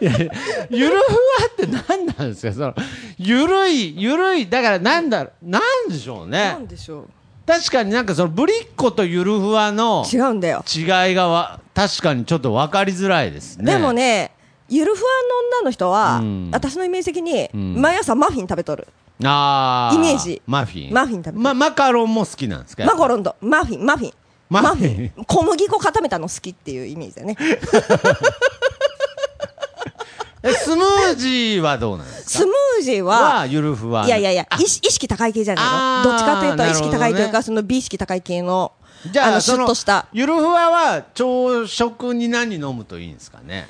Speaker 2: いやいやゆるふわって何なんですかそのゆるいゆるいだからなんだろうなんでしょうね
Speaker 3: なんでしょう
Speaker 2: 確かになんかそのぶりっ子とゆるふわの
Speaker 3: 違うんだよ、
Speaker 2: 違いがわ確かにちょっと分かりづらいですね
Speaker 3: でもねゆるふわの女の人は、
Speaker 2: うん
Speaker 3: 私のイメージ的に、
Speaker 2: ん
Speaker 3: 毎朝マフィン食べとる
Speaker 2: あー
Speaker 3: イメージ
Speaker 2: マフィン
Speaker 3: マフィン食べてる
Speaker 2: ま、マカロンも好きなんですか
Speaker 3: マカロンとマフィンマフィン
Speaker 2: マフィン
Speaker 3: 小麦粉固めたの好きっていうイメージだ
Speaker 2: (laughs)
Speaker 3: ね
Speaker 2: えスムージーはどうなんですか
Speaker 3: スムージーは
Speaker 2: はゆるふわ
Speaker 3: いやいやいや
Speaker 2: あ
Speaker 3: 意識意識高い系じゃな
Speaker 2: あ
Speaker 3: い
Speaker 2: ー
Speaker 3: のどっちかというと意識高いという
Speaker 2: なるほど
Speaker 3: か、
Speaker 2: ね
Speaker 3: その美意識高い系の
Speaker 2: じゃあ
Speaker 3: のシュッとした
Speaker 2: ゆるふわは朝食に何飲むといいんですかね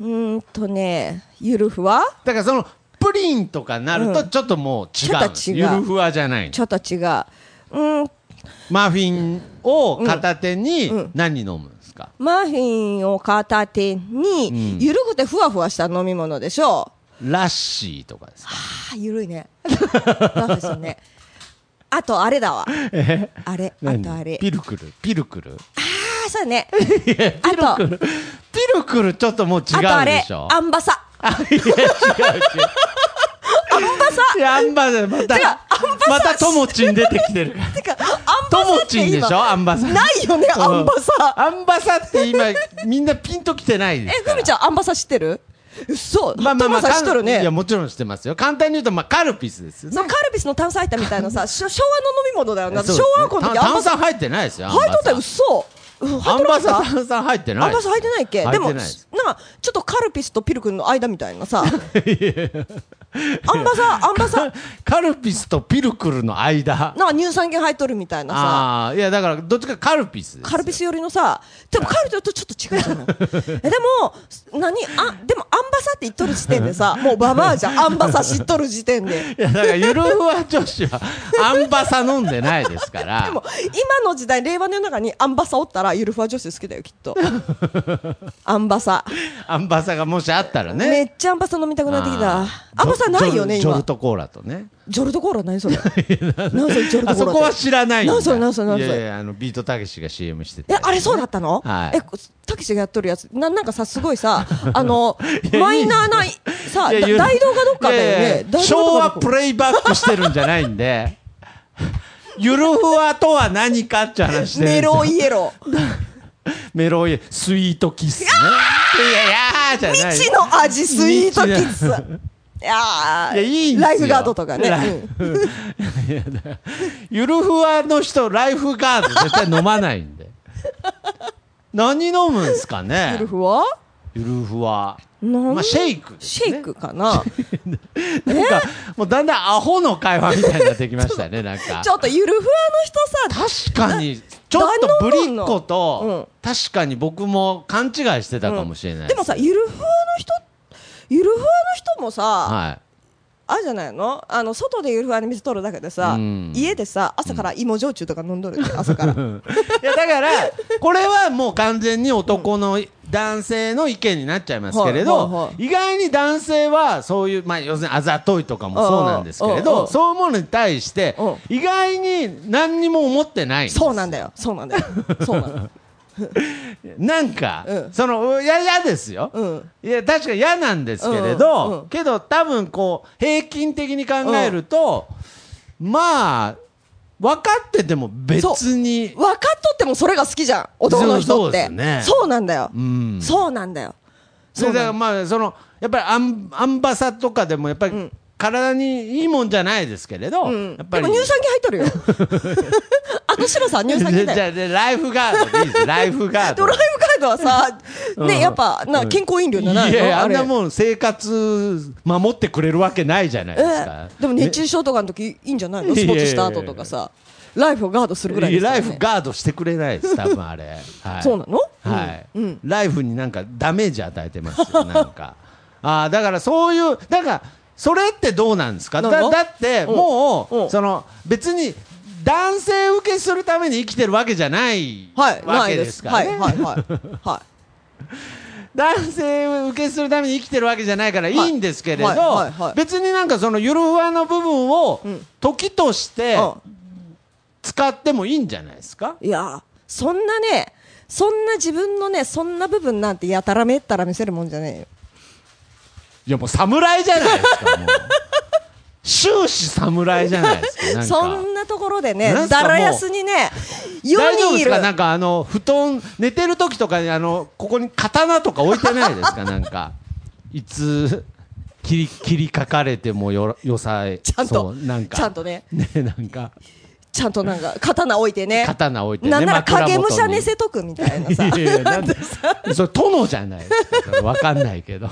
Speaker 3: うーんとねゆるふわ
Speaker 2: だからそのプリンとかなると
Speaker 3: うん
Speaker 2: ちょっともう違
Speaker 3: ちょ
Speaker 2: う
Speaker 3: っ
Speaker 2: んで
Speaker 3: と
Speaker 2: す、
Speaker 3: 違う
Speaker 2: ゆるふわじゃない
Speaker 3: ちょっと違ううーん
Speaker 2: マフィンを片手に
Speaker 3: うん
Speaker 2: 何飲むんですか、
Speaker 3: マフィンを片手に、
Speaker 2: うん
Speaker 3: ゆるくてふわふわした飲み物でしょう
Speaker 2: ラッシーとかですか
Speaker 3: あーゆるいねなんですよねあとあれだわあれあ
Speaker 2: 何
Speaker 3: とあれ
Speaker 2: ピルクルピルクル
Speaker 3: ああそうね
Speaker 2: (laughs) ピル
Speaker 3: あと
Speaker 2: クルピルクルちょっともう違う
Speaker 3: あとあ
Speaker 2: で
Speaker 3: れ
Speaker 2: しょ
Speaker 3: アンバサ
Speaker 2: いやアンバサまたまたともちん出てきてるから
Speaker 3: てか
Speaker 2: と
Speaker 3: アン
Speaker 2: も
Speaker 3: バサって
Speaker 2: ちんでしょ
Speaker 3: 今
Speaker 2: アンバサ
Speaker 3: ないよね
Speaker 2: う
Speaker 3: (laughs)
Speaker 2: ん
Speaker 3: アンバサ
Speaker 2: アンバサって
Speaker 3: (laughs)
Speaker 2: 今みんなピンときてないで
Speaker 3: え
Speaker 2: す
Speaker 3: ふ
Speaker 2: から
Speaker 3: みちゃんアンバサ知ってる嘘
Speaker 2: まあまあまあ
Speaker 3: トマさん知っとる
Speaker 2: かんい
Speaker 3: ね
Speaker 2: やもちろん知ってますよ簡単に言うとまあカルピスですよね
Speaker 3: そうカルピスの炭酸入ったみたいなさしょ昭和の飲み物だよな
Speaker 2: そう
Speaker 3: 昭和の子の時
Speaker 2: た
Speaker 3: アン
Speaker 2: 炭
Speaker 3: バサ
Speaker 2: 酸入ってないですよ
Speaker 3: 入っとったよ
Speaker 2: アンバサ
Speaker 3: 嘘うん入
Speaker 2: ア
Speaker 3: っ
Speaker 2: ン
Speaker 3: と
Speaker 2: バ
Speaker 3: な
Speaker 2: サ
Speaker 3: かった
Speaker 2: 炭酸入ってない
Speaker 3: アンバサ入ってないっけ
Speaker 2: 入
Speaker 3: で
Speaker 2: ってな
Speaker 3: も
Speaker 2: い
Speaker 3: な
Speaker 2: です
Speaker 3: んかちょっとカルピスとピル君の間みたいな
Speaker 2: (laughs)
Speaker 3: さアンバサアンバサ
Speaker 2: カルピスとピルクルの間
Speaker 3: なんか乳酸菌入っとるみたいなさ
Speaker 2: ああいやだからどっちかカルピスですよ
Speaker 3: カルピス寄りのさでもカルピスとちょっと違うじゃ
Speaker 2: (laughs)
Speaker 3: ないえでも何あでもアンバサって言っとる時点でさもうババアじ
Speaker 2: (laughs)
Speaker 3: ゃんアンバサ知っとる時点で
Speaker 2: いやだからゆるふわ女子はアンバサ飲んでないですから
Speaker 3: (laughs) でも今の時代令和の世の中にアンバサおったらゆるふわ女子好きだよきっ
Speaker 2: (laughs)
Speaker 3: とアンバサ
Speaker 2: アンバサがもしあったらね
Speaker 3: めっちゃアンバサ飲みたくなってきた
Speaker 2: あー
Speaker 3: アンバサないよね
Speaker 2: ジョルジョ
Speaker 3: 今
Speaker 2: ルトコーラとね
Speaker 3: ジョルトコーラ何それ何それジョルトコーラ
Speaker 2: あ
Speaker 3: って
Speaker 2: そこは知らないんだ
Speaker 3: 何それ何それ何それ
Speaker 2: いやいやあのビートたけしが CM してて
Speaker 3: えあれそうだったの、
Speaker 2: はい
Speaker 3: えたけしがやっとるやつななんかさすごい
Speaker 2: (laughs)
Speaker 3: さあの
Speaker 2: いや
Speaker 3: マイナーない
Speaker 2: い
Speaker 3: さ
Speaker 2: いや
Speaker 3: だ
Speaker 2: ゆる
Speaker 3: 大道がどっか
Speaker 2: いやい
Speaker 3: だ
Speaker 2: や
Speaker 3: よね大
Speaker 2: 昭
Speaker 3: 道が
Speaker 2: 和
Speaker 3: どっか
Speaker 2: プレイバックしてるんじゃないんで (laughs) ゆるふわとは何かって話してるんです
Speaker 3: メ
Speaker 2: よ
Speaker 3: ロイエロー
Speaker 2: メロイスイートキスねいやいやーじゃない
Speaker 3: 未知の味スイートキッズいやー
Speaker 2: いやいいんですよ
Speaker 3: ライフガードとかね、
Speaker 2: ライ
Speaker 3: うん
Speaker 2: (laughs) ゆるふわの人ライフガード絶対飲まないんで何飲むんすかね
Speaker 3: ゆるふわ
Speaker 2: ゆるふわ
Speaker 3: なん
Speaker 2: まあシェイクです
Speaker 3: シ
Speaker 2: ね
Speaker 3: ェイクかな、
Speaker 2: なんかもうだんだんアホの会話みたいになってきましたねなん
Speaker 3: (laughs)
Speaker 2: か
Speaker 3: ちょっとゆるふわの人さ
Speaker 2: 確かにちょっとぶりっ子と
Speaker 3: う
Speaker 2: 確かに僕も勘違いしてたかもしれない
Speaker 3: でもさゆるふわの人ゆるふわの人もさ、
Speaker 2: は
Speaker 3: あるじゃないのあの外でゆるふわに水取るだけでさ、
Speaker 2: うん
Speaker 3: 家でさ朝から芋焼酎とか飲んどるって
Speaker 2: (laughs)
Speaker 3: 朝から
Speaker 2: い、いやだからこれはもう完全に男の男性の意見になっちゃいます
Speaker 3: は
Speaker 2: けれ
Speaker 3: いはい
Speaker 2: ど
Speaker 3: は
Speaker 2: 意外に男性はそういうまあ要するにあざといとかもそうなんですけれ
Speaker 3: うんうんう
Speaker 2: ど
Speaker 3: ん
Speaker 2: そういうものに対して
Speaker 3: う
Speaker 2: 意外に何にも思ってないんです
Speaker 3: そうなんだよそうなんだよそうなんだよ
Speaker 2: なんか、
Speaker 3: うん
Speaker 2: そのいや嫌ですよ、
Speaker 3: うん
Speaker 2: いや確かに嫌なんですけれど、
Speaker 3: うんうん
Speaker 2: けど多分こう平均的に考えると、まあ分かってても別に
Speaker 3: 分かっとってもそれが好きじゃん男の人
Speaker 2: そうそう
Speaker 3: っ
Speaker 2: で
Speaker 3: て
Speaker 2: すね
Speaker 3: そうなんだよ、
Speaker 2: ん
Speaker 3: そうなんだよ
Speaker 2: それだからまあそのやっぱりアンアンバサとかでもやっぱり、体にいいもんじゃないですけれど、
Speaker 3: うん
Speaker 2: やっぱ
Speaker 3: で
Speaker 2: り
Speaker 3: も乳酸菌入っとるよ
Speaker 2: (laughs)
Speaker 3: あの白さん乳酸菌だ
Speaker 2: じゃ
Speaker 3: よ
Speaker 2: あじゃあライフガードでいいですライフガ
Speaker 3: (laughs) ド
Speaker 2: ード
Speaker 3: ライブガードはさ、ね、やっぱな健康飲料じゃない
Speaker 2: い
Speaker 3: の
Speaker 2: やいやあんな
Speaker 3: れ
Speaker 2: もん生活守ってくれるわけないじゃないですか
Speaker 3: え、でも熱中症とかの時いいんじゃないのスポーツした後とかさライフをガードするぐらいですか
Speaker 2: ラ
Speaker 3: ら
Speaker 2: イ
Speaker 3: ね
Speaker 2: フガードしてくれないです多分あ
Speaker 3: (laughs)
Speaker 2: れ、はい、
Speaker 3: そうなの
Speaker 2: はい、
Speaker 3: うんうん
Speaker 2: ライフになんかダメージ与えてますよなんかああだからそういうだからそれってどうなんですかだ
Speaker 3: なんだ
Speaker 2: だって
Speaker 3: うん
Speaker 2: もう、
Speaker 3: うん
Speaker 2: その別に男性受けするために生きてるわけじゃない、
Speaker 3: はい
Speaker 2: わ
Speaker 3: ない
Speaker 2: け
Speaker 3: で
Speaker 2: です
Speaker 3: す
Speaker 2: から
Speaker 3: はい
Speaker 2: ね、
Speaker 3: はい
Speaker 2: (laughs)
Speaker 3: はいはい
Speaker 2: 男性受けするために生きてるわけじゃないからいいんですけれど、
Speaker 3: はいはいはい
Speaker 2: 別になんかそのゆるふわの部分を
Speaker 3: うん
Speaker 2: 時として
Speaker 3: う
Speaker 2: 使ってもいいんじゃないですか、
Speaker 3: んいやそんなねそんな自分のねそんな部分なんてやたらめったら見せるもんじゃねえよ
Speaker 2: いやもう侍じゃないですかもう終始侍じゃないですかなんか
Speaker 3: そんなところでね
Speaker 2: なんすか
Speaker 3: だらやすにね
Speaker 2: 大丈
Speaker 3: 世
Speaker 2: 夫
Speaker 3: に
Speaker 2: で
Speaker 3: い
Speaker 2: す
Speaker 3: る
Speaker 2: かなんかあの布団寝てる時とかにあのここに刀とか置いてないですかなんかいつ切り切りかかれてもよよさえ
Speaker 3: ちゃん
Speaker 2: そ
Speaker 3: と
Speaker 2: うなんか
Speaker 3: ちゃんとね
Speaker 2: ねなんか
Speaker 3: ちゃんとなんか刀置いてね
Speaker 2: 刀置いてね
Speaker 3: なんなら
Speaker 2: 枕元
Speaker 3: 影
Speaker 2: に
Speaker 3: 武者寝せとくみたいなさ
Speaker 2: いやいやなんでそれ殿じゃないですかわかんないけど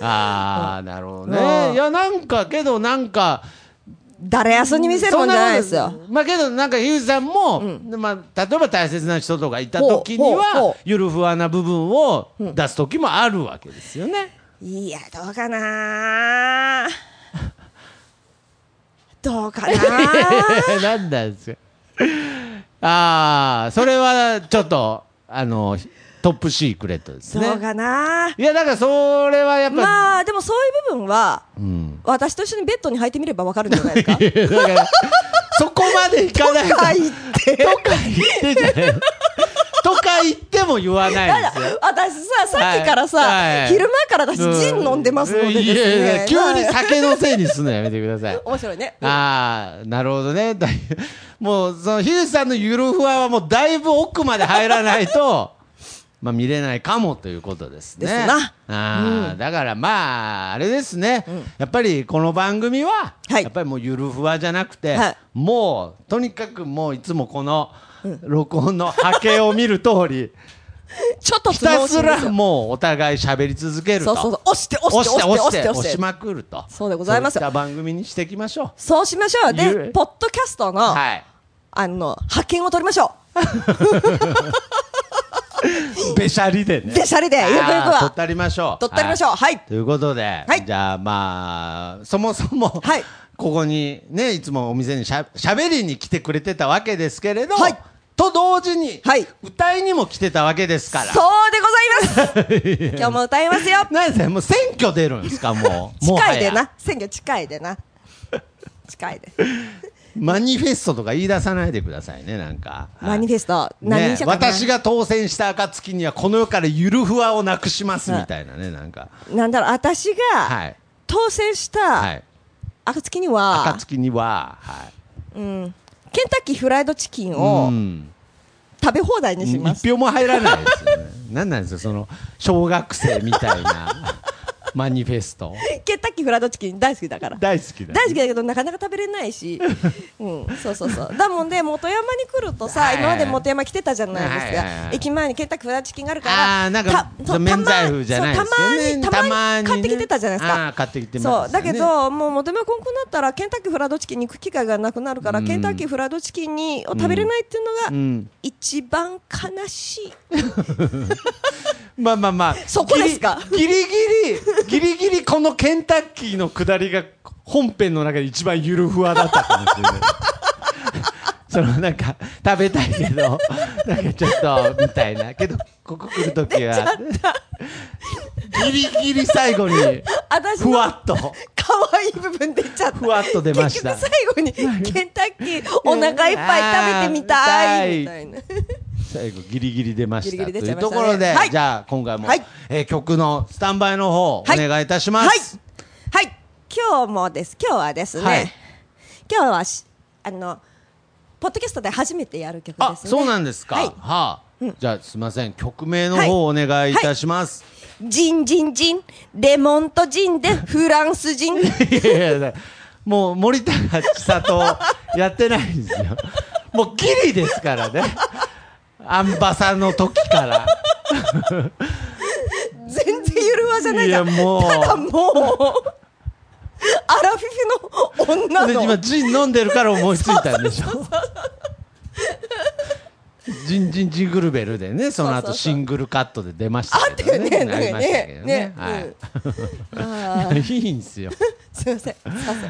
Speaker 2: ああなるほど
Speaker 3: う
Speaker 2: ね
Speaker 3: ん
Speaker 2: いやなんかけどなんか
Speaker 3: だらやすに見せるもんじゃないですよ
Speaker 2: そんなもんまあけどなんかゆうじさんも、まあ例えば大切な人とかいた時に
Speaker 3: ほうほう
Speaker 2: は
Speaker 3: ほう
Speaker 2: ゆるふわな部分を出す時もあるわけですよね。
Speaker 3: いやどうか
Speaker 2: (laughs)
Speaker 3: などうかな
Speaker 2: (laughs) なんなんですよ。ああそれはちょっとあのトップシークレットです
Speaker 3: どう
Speaker 2: ね。
Speaker 3: かない
Speaker 2: やだからそれはやっぱ、
Speaker 3: まあでもそういう部分は
Speaker 2: うん。
Speaker 3: 私と一緒にベッドに入ってみればわかるんじゃないですか
Speaker 2: いやだからそこまでいかないと
Speaker 3: か言っ
Speaker 2: とか言ってじゃない。とか言っても言わないですよ。
Speaker 3: 私ささっきからさ、
Speaker 2: はいはい
Speaker 3: 昼前から私ジン飲んでますのでです、ね
Speaker 2: いやいや急に
Speaker 3: はい
Speaker 2: 酒のせいにすんのやめてください
Speaker 3: (laughs) 面白いね
Speaker 2: ああなるほどね (laughs) だいもうそのヒデさんのゆるふわはもうだいぶ奥まで入らないと (laughs) まあ見れないかもということですね
Speaker 3: ですな
Speaker 2: あーだからまああれですね、やっぱりこの番組は、
Speaker 3: はい
Speaker 2: やっぱりもうゆるふわじゃなくて、
Speaker 3: はい
Speaker 2: もうとにかくもういつもこの録音の波形を見る通
Speaker 3: (laughs)
Speaker 2: り
Speaker 3: ちょっと
Speaker 2: ひ
Speaker 3: つぼ押し
Speaker 2: た
Speaker 3: です
Speaker 2: す
Speaker 3: よ
Speaker 2: らもうお互い喋り続ける
Speaker 3: そ
Speaker 2: と
Speaker 3: うそうそう押して押
Speaker 2: 押
Speaker 3: し
Speaker 2: してて
Speaker 3: 押し
Speaker 2: 押
Speaker 3: て
Speaker 2: して
Speaker 3: 押して
Speaker 2: 押しまくると
Speaker 3: そうでございますよ
Speaker 2: そうった番組にしていきましょ
Speaker 3: そうしましょう
Speaker 2: ゆ
Speaker 3: で
Speaker 2: る
Speaker 3: ポッドキャストの、
Speaker 2: うはい
Speaker 3: あの派遣を取りましょ
Speaker 2: べしゃりで
Speaker 3: う
Speaker 2: ね
Speaker 3: でシャリでゆくゆく
Speaker 2: あー取っ
Speaker 3: は
Speaker 2: たりましょう
Speaker 3: 取ったりましょう
Speaker 2: は
Speaker 3: はい、
Speaker 2: いということで、
Speaker 3: はい
Speaker 2: じゃあまあそもそも、
Speaker 3: はい
Speaker 2: ここにねいつもお店にしゃしゃべりに来てくれてたわけですけれど、
Speaker 3: はい
Speaker 2: と同時に、
Speaker 3: はい
Speaker 2: 歌いにも来てたわけですから
Speaker 3: そうでございます今日も歌いますよ
Speaker 2: なんですかもう選挙出るんですかもうもは
Speaker 3: (laughs) 近い
Speaker 2: や
Speaker 3: でな選挙近いでな近いで
Speaker 2: マニフェストとか言い出さないでくださいねなんかはい
Speaker 3: マニフェスト何にし
Speaker 2: ね
Speaker 3: ようかな
Speaker 2: 私が当選した暁にはこの世からゆるふわをなくしますみたいなねなんか
Speaker 3: なんだろう私
Speaker 2: は
Speaker 3: が
Speaker 2: い
Speaker 3: 当選し
Speaker 2: は
Speaker 3: た
Speaker 2: い
Speaker 3: 暁には、
Speaker 2: 暁にははい
Speaker 3: うん、ケンタッキーフライドチキン
Speaker 2: う
Speaker 3: を
Speaker 2: ん
Speaker 3: 食べ放題にしま
Speaker 2: 一
Speaker 3: す、
Speaker 2: 票も入らないですよね (laughs) なんなんですよその小学生みたいな (laughs) マニフェスト
Speaker 3: ケンタッキーフライドチキン大好きだから
Speaker 2: 大好きだ
Speaker 3: (laughs) 大好きだけどなかなか食べれない
Speaker 2: (laughs)
Speaker 3: し、うん、そうそうそうだもんで元山に来るとさ、
Speaker 2: はい
Speaker 3: 今まで元山来てたじゃないですか、
Speaker 2: はいはいはい
Speaker 3: 駅前にケンタッキーフライドチキンがあるから
Speaker 2: あーなんか
Speaker 3: た
Speaker 2: そう
Speaker 3: そう
Speaker 2: 免罪符じゃないですよね
Speaker 3: そうたまにたまに
Speaker 2: たま
Speaker 3: 買
Speaker 2: にね
Speaker 3: ってきてたじゃないです
Speaker 2: あー
Speaker 3: か
Speaker 2: 買ってきてま
Speaker 3: そ
Speaker 2: し
Speaker 3: う
Speaker 2: た
Speaker 3: だ
Speaker 2: ね
Speaker 3: けどもう元山こんくなったらケンタッキーフライドチキンに行く機会がなくなるから、
Speaker 2: うん
Speaker 3: ケンタッキーフライドチキンにを食べれないっていうのが、
Speaker 2: うん
Speaker 3: 一番悲しい
Speaker 2: まあまあまあ
Speaker 3: そこですか
Speaker 2: ギリギリギリギリこのケンタッキーの下りが本編の中で一番ゆるふわだったかもしれないそのなんか食べたいけどなんかちょっとみたいなけどここ来るときはギリギリ最後に
Speaker 3: 私
Speaker 2: ふ
Speaker 3: の
Speaker 2: わっと
Speaker 3: 可愛い部分出ちゃった
Speaker 2: ふわっと出ました
Speaker 3: 結局最後にケンタッキーお腹いっぱい食べてみたいみたいな
Speaker 2: 最後ギリギリ出ました
Speaker 3: ギリギリ出
Speaker 2: と
Speaker 3: ち
Speaker 2: い
Speaker 3: ゃいうました
Speaker 2: と
Speaker 3: ね
Speaker 2: ころで、
Speaker 3: はい
Speaker 2: じゃあ今回も、
Speaker 3: はい
Speaker 2: えー曲のスタンバイの方お
Speaker 3: はい
Speaker 2: 願いいたしま
Speaker 3: はい
Speaker 2: す、
Speaker 3: はい今日もです今日はですね、
Speaker 2: はい
Speaker 3: 今日はしあのポッドキャストで初めてやる曲ですね
Speaker 2: あそうなんですか、
Speaker 3: は
Speaker 2: はいあじゃあすいません曲名の方をお願いいたします、
Speaker 3: ジンジンジンレモンとジ
Speaker 2: (laughs)
Speaker 3: ンでフランス人
Speaker 2: いやいやもう森高千里やってない
Speaker 3: (laughs)
Speaker 2: んですよもうギリですからねアンバサの時から
Speaker 3: 全然ゆるわじゃない
Speaker 2: い
Speaker 3: じゃ
Speaker 2: や
Speaker 3: ん
Speaker 2: もう
Speaker 3: ただもうアラフィフの女
Speaker 2: で
Speaker 3: の
Speaker 2: 今ジン飲んでるから思いついたんでしょジンジンジングルベルでねその
Speaker 3: そうそうそ
Speaker 2: 後
Speaker 3: う
Speaker 2: シングルカットで出ましたけど
Speaker 3: あったよね
Speaker 2: なりましたけどね
Speaker 3: なんかねね
Speaker 2: はい (laughs) いいんですよ
Speaker 3: すいませんすいません
Speaker 2: はいじゃあすい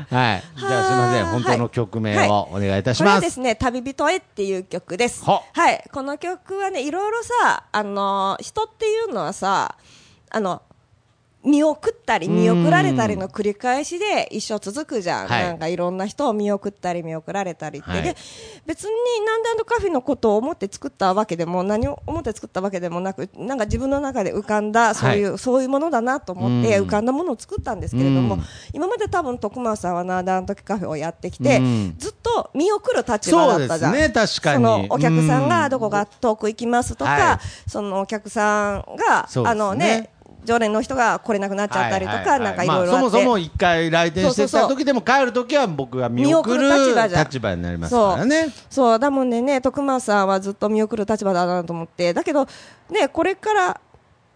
Speaker 2: ません
Speaker 3: はい
Speaker 2: 本当の曲名
Speaker 3: はい
Speaker 2: をお願いいたし
Speaker 3: これ
Speaker 2: ま
Speaker 3: は
Speaker 2: す
Speaker 3: ですね「旅人へ」っていう曲です
Speaker 2: は
Speaker 3: はいこの曲はねいろいろさあのー人っていうのはさあの見送ったり
Speaker 2: うん
Speaker 3: 見送られたりの繰り返しで一生続くじゃん、
Speaker 2: はい
Speaker 3: なんかいろんな人を見送ったり見送られたりって、
Speaker 2: はい
Speaker 3: で別になんであのカフェのことを思って作ったわけでも何を思って作ったわけでもなくなんか自分の中で浮かんだそういう、そういうものだなと思って
Speaker 2: うん
Speaker 3: 浮かんだものを作ったんですけれども、
Speaker 2: うん
Speaker 3: 今まで多分徳間さんはなんであの時カフェをやってきて、
Speaker 2: うん
Speaker 3: ずっと見送る立場
Speaker 2: そ
Speaker 3: だっ
Speaker 2: うで
Speaker 3: たじゃ
Speaker 2: す
Speaker 3: ん。
Speaker 2: ね、確か
Speaker 3: そ
Speaker 2: に。
Speaker 3: のお客さん
Speaker 2: う
Speaker 3: がどこが遠く行きますとか、
Speaker 2: は
Speaker 3: そのお客さんが、
Speaker 2: そうですね
Speaker 3: あのね常連の人が来れなくなっちゃったりとか、
Speaker 2: ははは
Speaker 3: なんかいろいろあって、
Speaker 2: まあそもそも一回来店してき
Speaker 3: そう
Speaker 2: た
Speaker 3: そうそ
Speaker 2: 時でも帰る時は僕が見送る
Speaker 3: 見送る立場じゃん
Speaker 2: 立場になりますからね。
Speaker 3: そうだもんでね徳間さんはずっと見送る立場だなと思ってだけどねこれから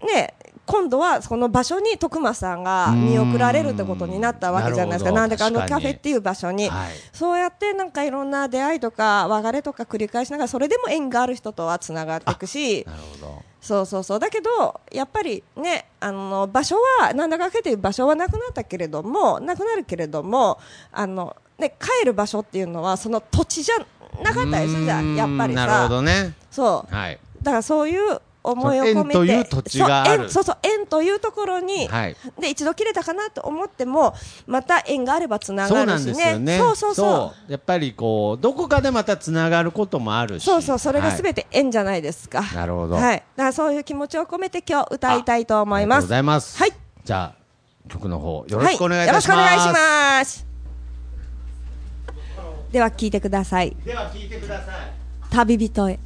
Speaker 3: ね今度はその場所に徳間さんが見送られるってことになったわけじゃないですか
Speaker 2: うんな
Speaker 3: なん
Speaker 2: る
Speaker 3: で
Speaker 2: ほど
Speaker 3: かあの
Speaker 2: 確
Speaker 3: カ
Speaker 2: かに
Speaker 3: フェっていう場所に、
Speaker 2: はい
Speaker 3: そうやってなんかいろんな出会いとか別れとか繰り返しながらそれでも縁がある人とはつながっていくし
Speaker 2: なるほど。
Speaker 3: そうそうそうだけどやっぱりねあの場所はなんだかんだ言って場所はなくなったけれどもなくなるけれどもあの、ね、帰る場所っていうのはその土地じゃなかったりするじゃんやっぱりさ
Speaker 2: なるほどね。
Speaker 3: そう
Speaker 2: はい。
Speaker 3: だからそういう思いを
Speaker 2: そう
Speaker 3: 込めて
Speaker 2: 縁という土地がある
Speaker 3: そう縁そうそう縁というところに、
Speaker 2: はい
Speaker 3: で一度切れたかなと思ってもまた縁があればつな
Speaker 2: そ
Speaker 3: が
Speaker 2: うな
Speaker 3: る
Speaker 2: ん
Speaker 3: し
Speaker 2: です
Speaker 3: ね
Speaker 2: よね。
Speaker 3: そうそうそう
Speaker 2: うやっぱりこう、どこかでまたつながることもあるし。
Speaker 3: そうそう、それが
Speaker 2: はい
Speaker 3: すべて縁じゃないですか。
Speaker 2: なるほど
Speaker 3: はい。だからそういう気持ちを込めて今日歌いたいと思いま
Speaker 2: ありがと
Speaker 3: す。
Speaker 2: うございます。
Speaker 3: はい。
Speaker 2: じゃあ、曲の方、よ
Speaker 3: は
Speaker 2: ろしくお願いいたしま
Speaker 3: よ
Speaker 2: す。
Speaker 3: ろしくお願いします。では聞いてください。
Speaker 2: では、聞いてください。
Speaker 3: 旅人へ。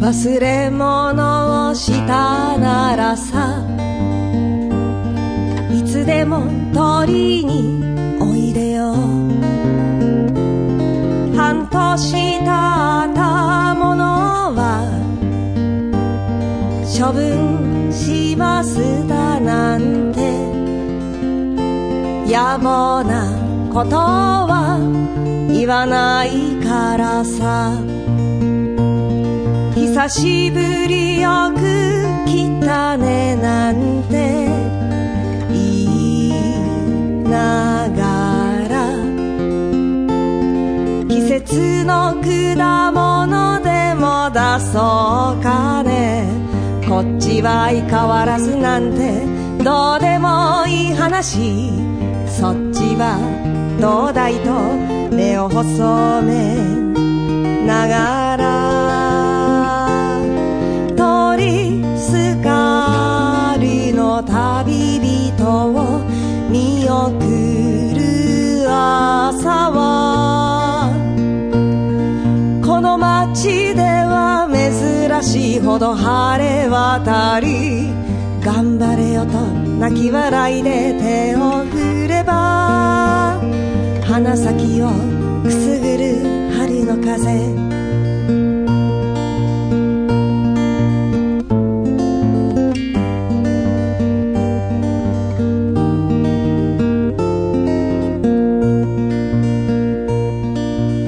Speaker 3: 忘れ物をしたならさいつでも取りにおいでよ半年経ったものは処分しますだなんて野暮なことは言わないからさ久しぶりよく来たねなんて言いながら季節の果物でも出そうかねこっちは相変わらずなんてどうでもいい話そっちはどうだいと目を細めながら通りすがりの旅人を見送る朝はこの街では珍しいほど晴れ渡り頑張れよと泣き笑いで手を振れば花先をくすぐる春の風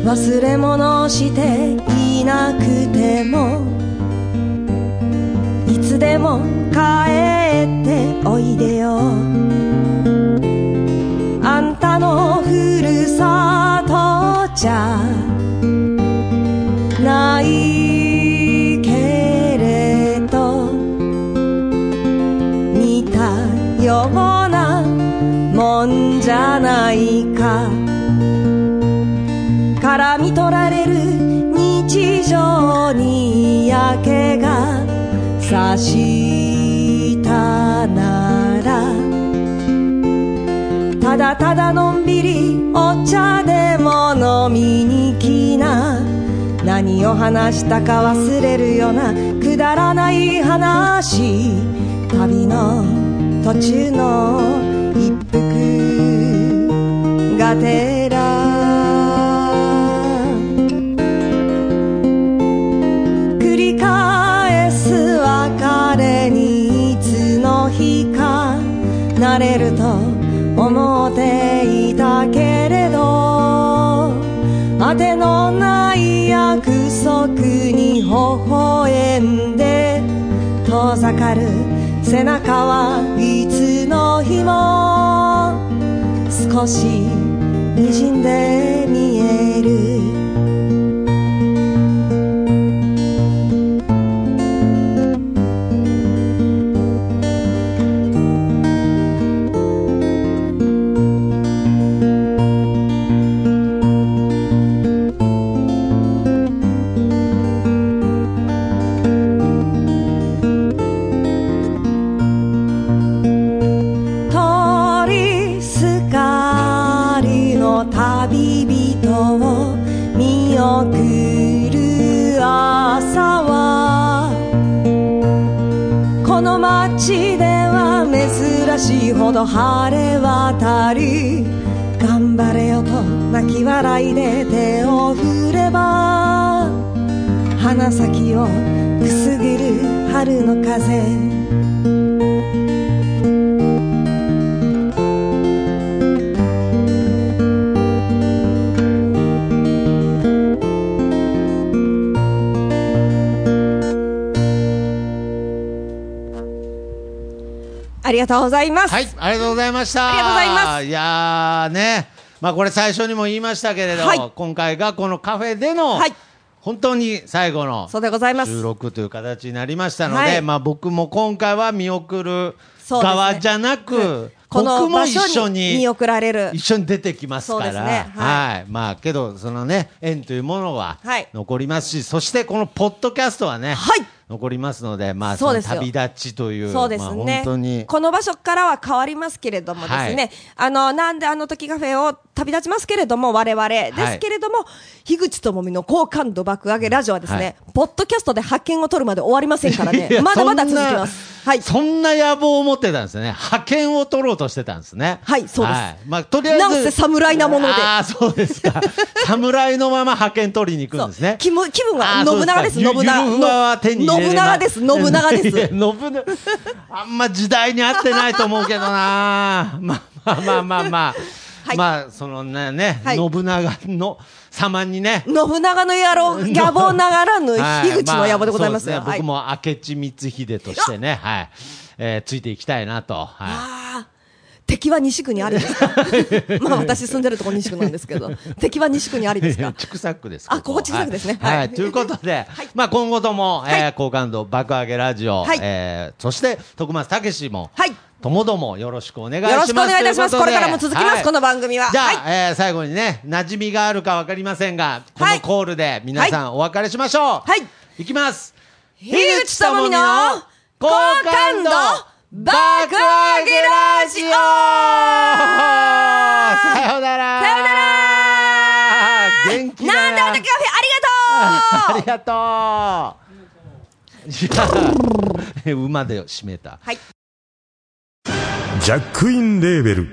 Speaker 3: 忘れ物をしていなくてもいつでも帰っておいでよあんたのふるさとじゃないけれど似たようなもんじゃないかからみ取られる日常に嫌気がさしたならただただのんびりお茶でも飲みに来な何を話したか忘れるようなくだらない話旅の途中の一服がてら繰り返す別れにいつの日かなれると思っていたけれど当てのなくに微笑んで遠ざかる背中はいつの日も少し滲んで見える通りすがりの旅人を見送る朝はこの街では珍しいほど晴れ渡り頑張れよと泣き笑いで手を振れば花先をくすぐる春の風ありがとうございます、
Speaker 2: はい、ありがとうございました。。
Speaker 3: ありがとうございます
Speaker 2: いやーね、まあこれ最初にも言いましたけれど、
Speaker 3: はい
Speaker 2: 今回がこのカフェでの、
Speaker 3: はい
Speaker 2: 本当に最後の
Speaker 3: そうでございます
Speaker 2: 収録という形になりましたので、
Speaker 3: はい
Speaker 2: まあ僕も今回は見送る
Speaker 3: そうですね
Speaker 2: 側じゃなく、
Speaker 3: この
Speaker 2: 僕も
Speaker 3: 場
Speaker 2: 一
Speaker 3: 所
Speaker 2: 緒
Speaker 3: に
Speaker 2: に
Speaker 3: 見送られる
Speaker 2: 一緒に出てきますか
Speaker 3: そ
Speaker 2: ら、
Speaker 3: うですねは
Speaker 2: はい、まあけどそのね縁というものは
Speaker 3: はい
Speaker 2: 残りますし、そしてこのポッドキャストはね、
Speaker 3: はい
Speaker 2: 残りますので、まあ
Speaker 3: そ
Speaker 2: そう
Speaker 3: で
Speaker 2: の
Speaker 3: すよ
Speaker 2: 旅立ちという
Speaker 3: そうです
Speaker 2: ま
Speaker 3: ね、
Speaker 2: あ本当に
Speaker 3: この場所からは変わりますけれどもですね、
Speaker 2: はい
Speaker 3: あのなんであの時カフェを旅立ちますけれども、我々ですけれども、樋口智美の好感度爆上げラジオはですね、
Speaker 2: はい
Speaker 3: ポッドキャストで発見を取るまで終わりませんからね
Speaker 2: いや、
Speaker 3: まだまだ続き
Speaker 2: そんな
Speaker 3: ます。はい、
Speaker 2: そんな野望を持ってたんですね。派遣を取ろうとしてたんですね。
Speaker 3: はいそうです
Speaker 2: まあ、とりあえず。
Speaker 3: なんせ侍なもので
Speaker 2: ああ、そうで
Speaker 3: (laughs)
Speaker 2: すか。侍のまま派遣取りに行くんですね。
Speaker 3: 気分気分
Speaker 2: あ
Speaker 3: は
Speaker 2: ー
Speaker 3: 信長です、
Speaker 2: そ
Speaker 3: 信
Speaker 2: うかゆゆるふわは
Speaker 3: 長。
Speaker 2: 手に入れれ
Speaker 3: 信
Speaker 2: ま
Speaker 3: 長です、信長で
Speaker 2: いや
Speaker 3: す。
Speaker 2: (laughs) 信長。あんま時代に合ってないと思うけどな。 (laughs) まあまあまあまあまあ。
Speaker 3: はい
Speaker 2: まあ、そのね、ね、
Speaker 3: はい
Speaker 2: 信長の様にね。
Speaker 3: 信長の野郎、野望ながらぬ
Speaker 2: はい
Speaker 3: 樋口の野望でございますよ。
Speaker 2: あそう
Speaker 3: は
Speaker 2: ね
Speaker 3: い
Speaker 2: 僕も明智光秀としてね、はい、えーついていきたいなと。は
Speaker 3: あー敵は西区にあり
Speaker 2: (laughs)
Speaker 3: ですかまあ私住んでるとこ西区なんですけど敵は西区にありですか
Speaker 2: (laughs) い。畜産区です。
Speaker 3: あここ畜産区ですね
Speaker 2: はい。
Speaker 3: は
Speaker 2: はいいということで、まあ今後とも、
Speaker 3: は
Speaker 2: え
Speaker 3: い
Speaker 2: ー、好感度爆上げラジオ、
Speaker 3: はい
Speaker 2: えーそして徳松たけしも、
Speaker 3: はい
Speaker 2: ともどもよろしくお願いします。
Speaker 3: よろしくお願いいたします
Speaker 2: とう
Speaker 3: こ
Speaker 2: と
Speaker 3: れ
Speaker 2: で
Speaker 3: からも続きます、
Speaker 2: はい
Speaker 3: この番組は
Speaker 2: じゃあ、
Speaker 3: はい、
Speaker 2: えー最後にね、馴染みがあるかわかりませんが、こ
Speaker 3: は
Speaker 2: の
Speaker 3: い
Speaker 2: コールで皆さんお別れしましょう。。
Speaker 3: はい
Speaker 2: いきます。
Speaker 3: 樋口智美の
Speaker 2: 好感度爆上げラジオさようなら
Speaker 3: さようなら
Speaker 2: 元気だな
Speaker 3: なんであの時カ
Speaker 2: (laughs)
Speaker 3: フェありがとう
Speaker 2: ありがとういや (laughs) 馬で締めた。
Speaker 3: はい
Speaker 5: ジャックインレーベル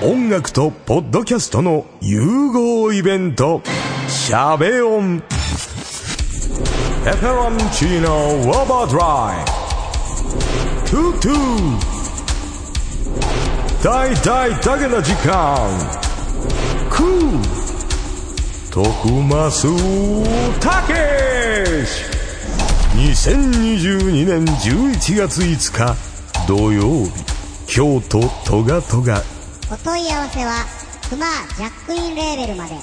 Speaker 5: 音楽とポッドキャストの融合イベント「シャベオン」「エフェロンチーノウォーバードライ」「トゥトゥ」「大大だけな時間」「クー」「徳マスたけし」2022年11月5日土曜日京都トガトガ
Speaker 6: お問い合わせはクマージャックインレーベルまで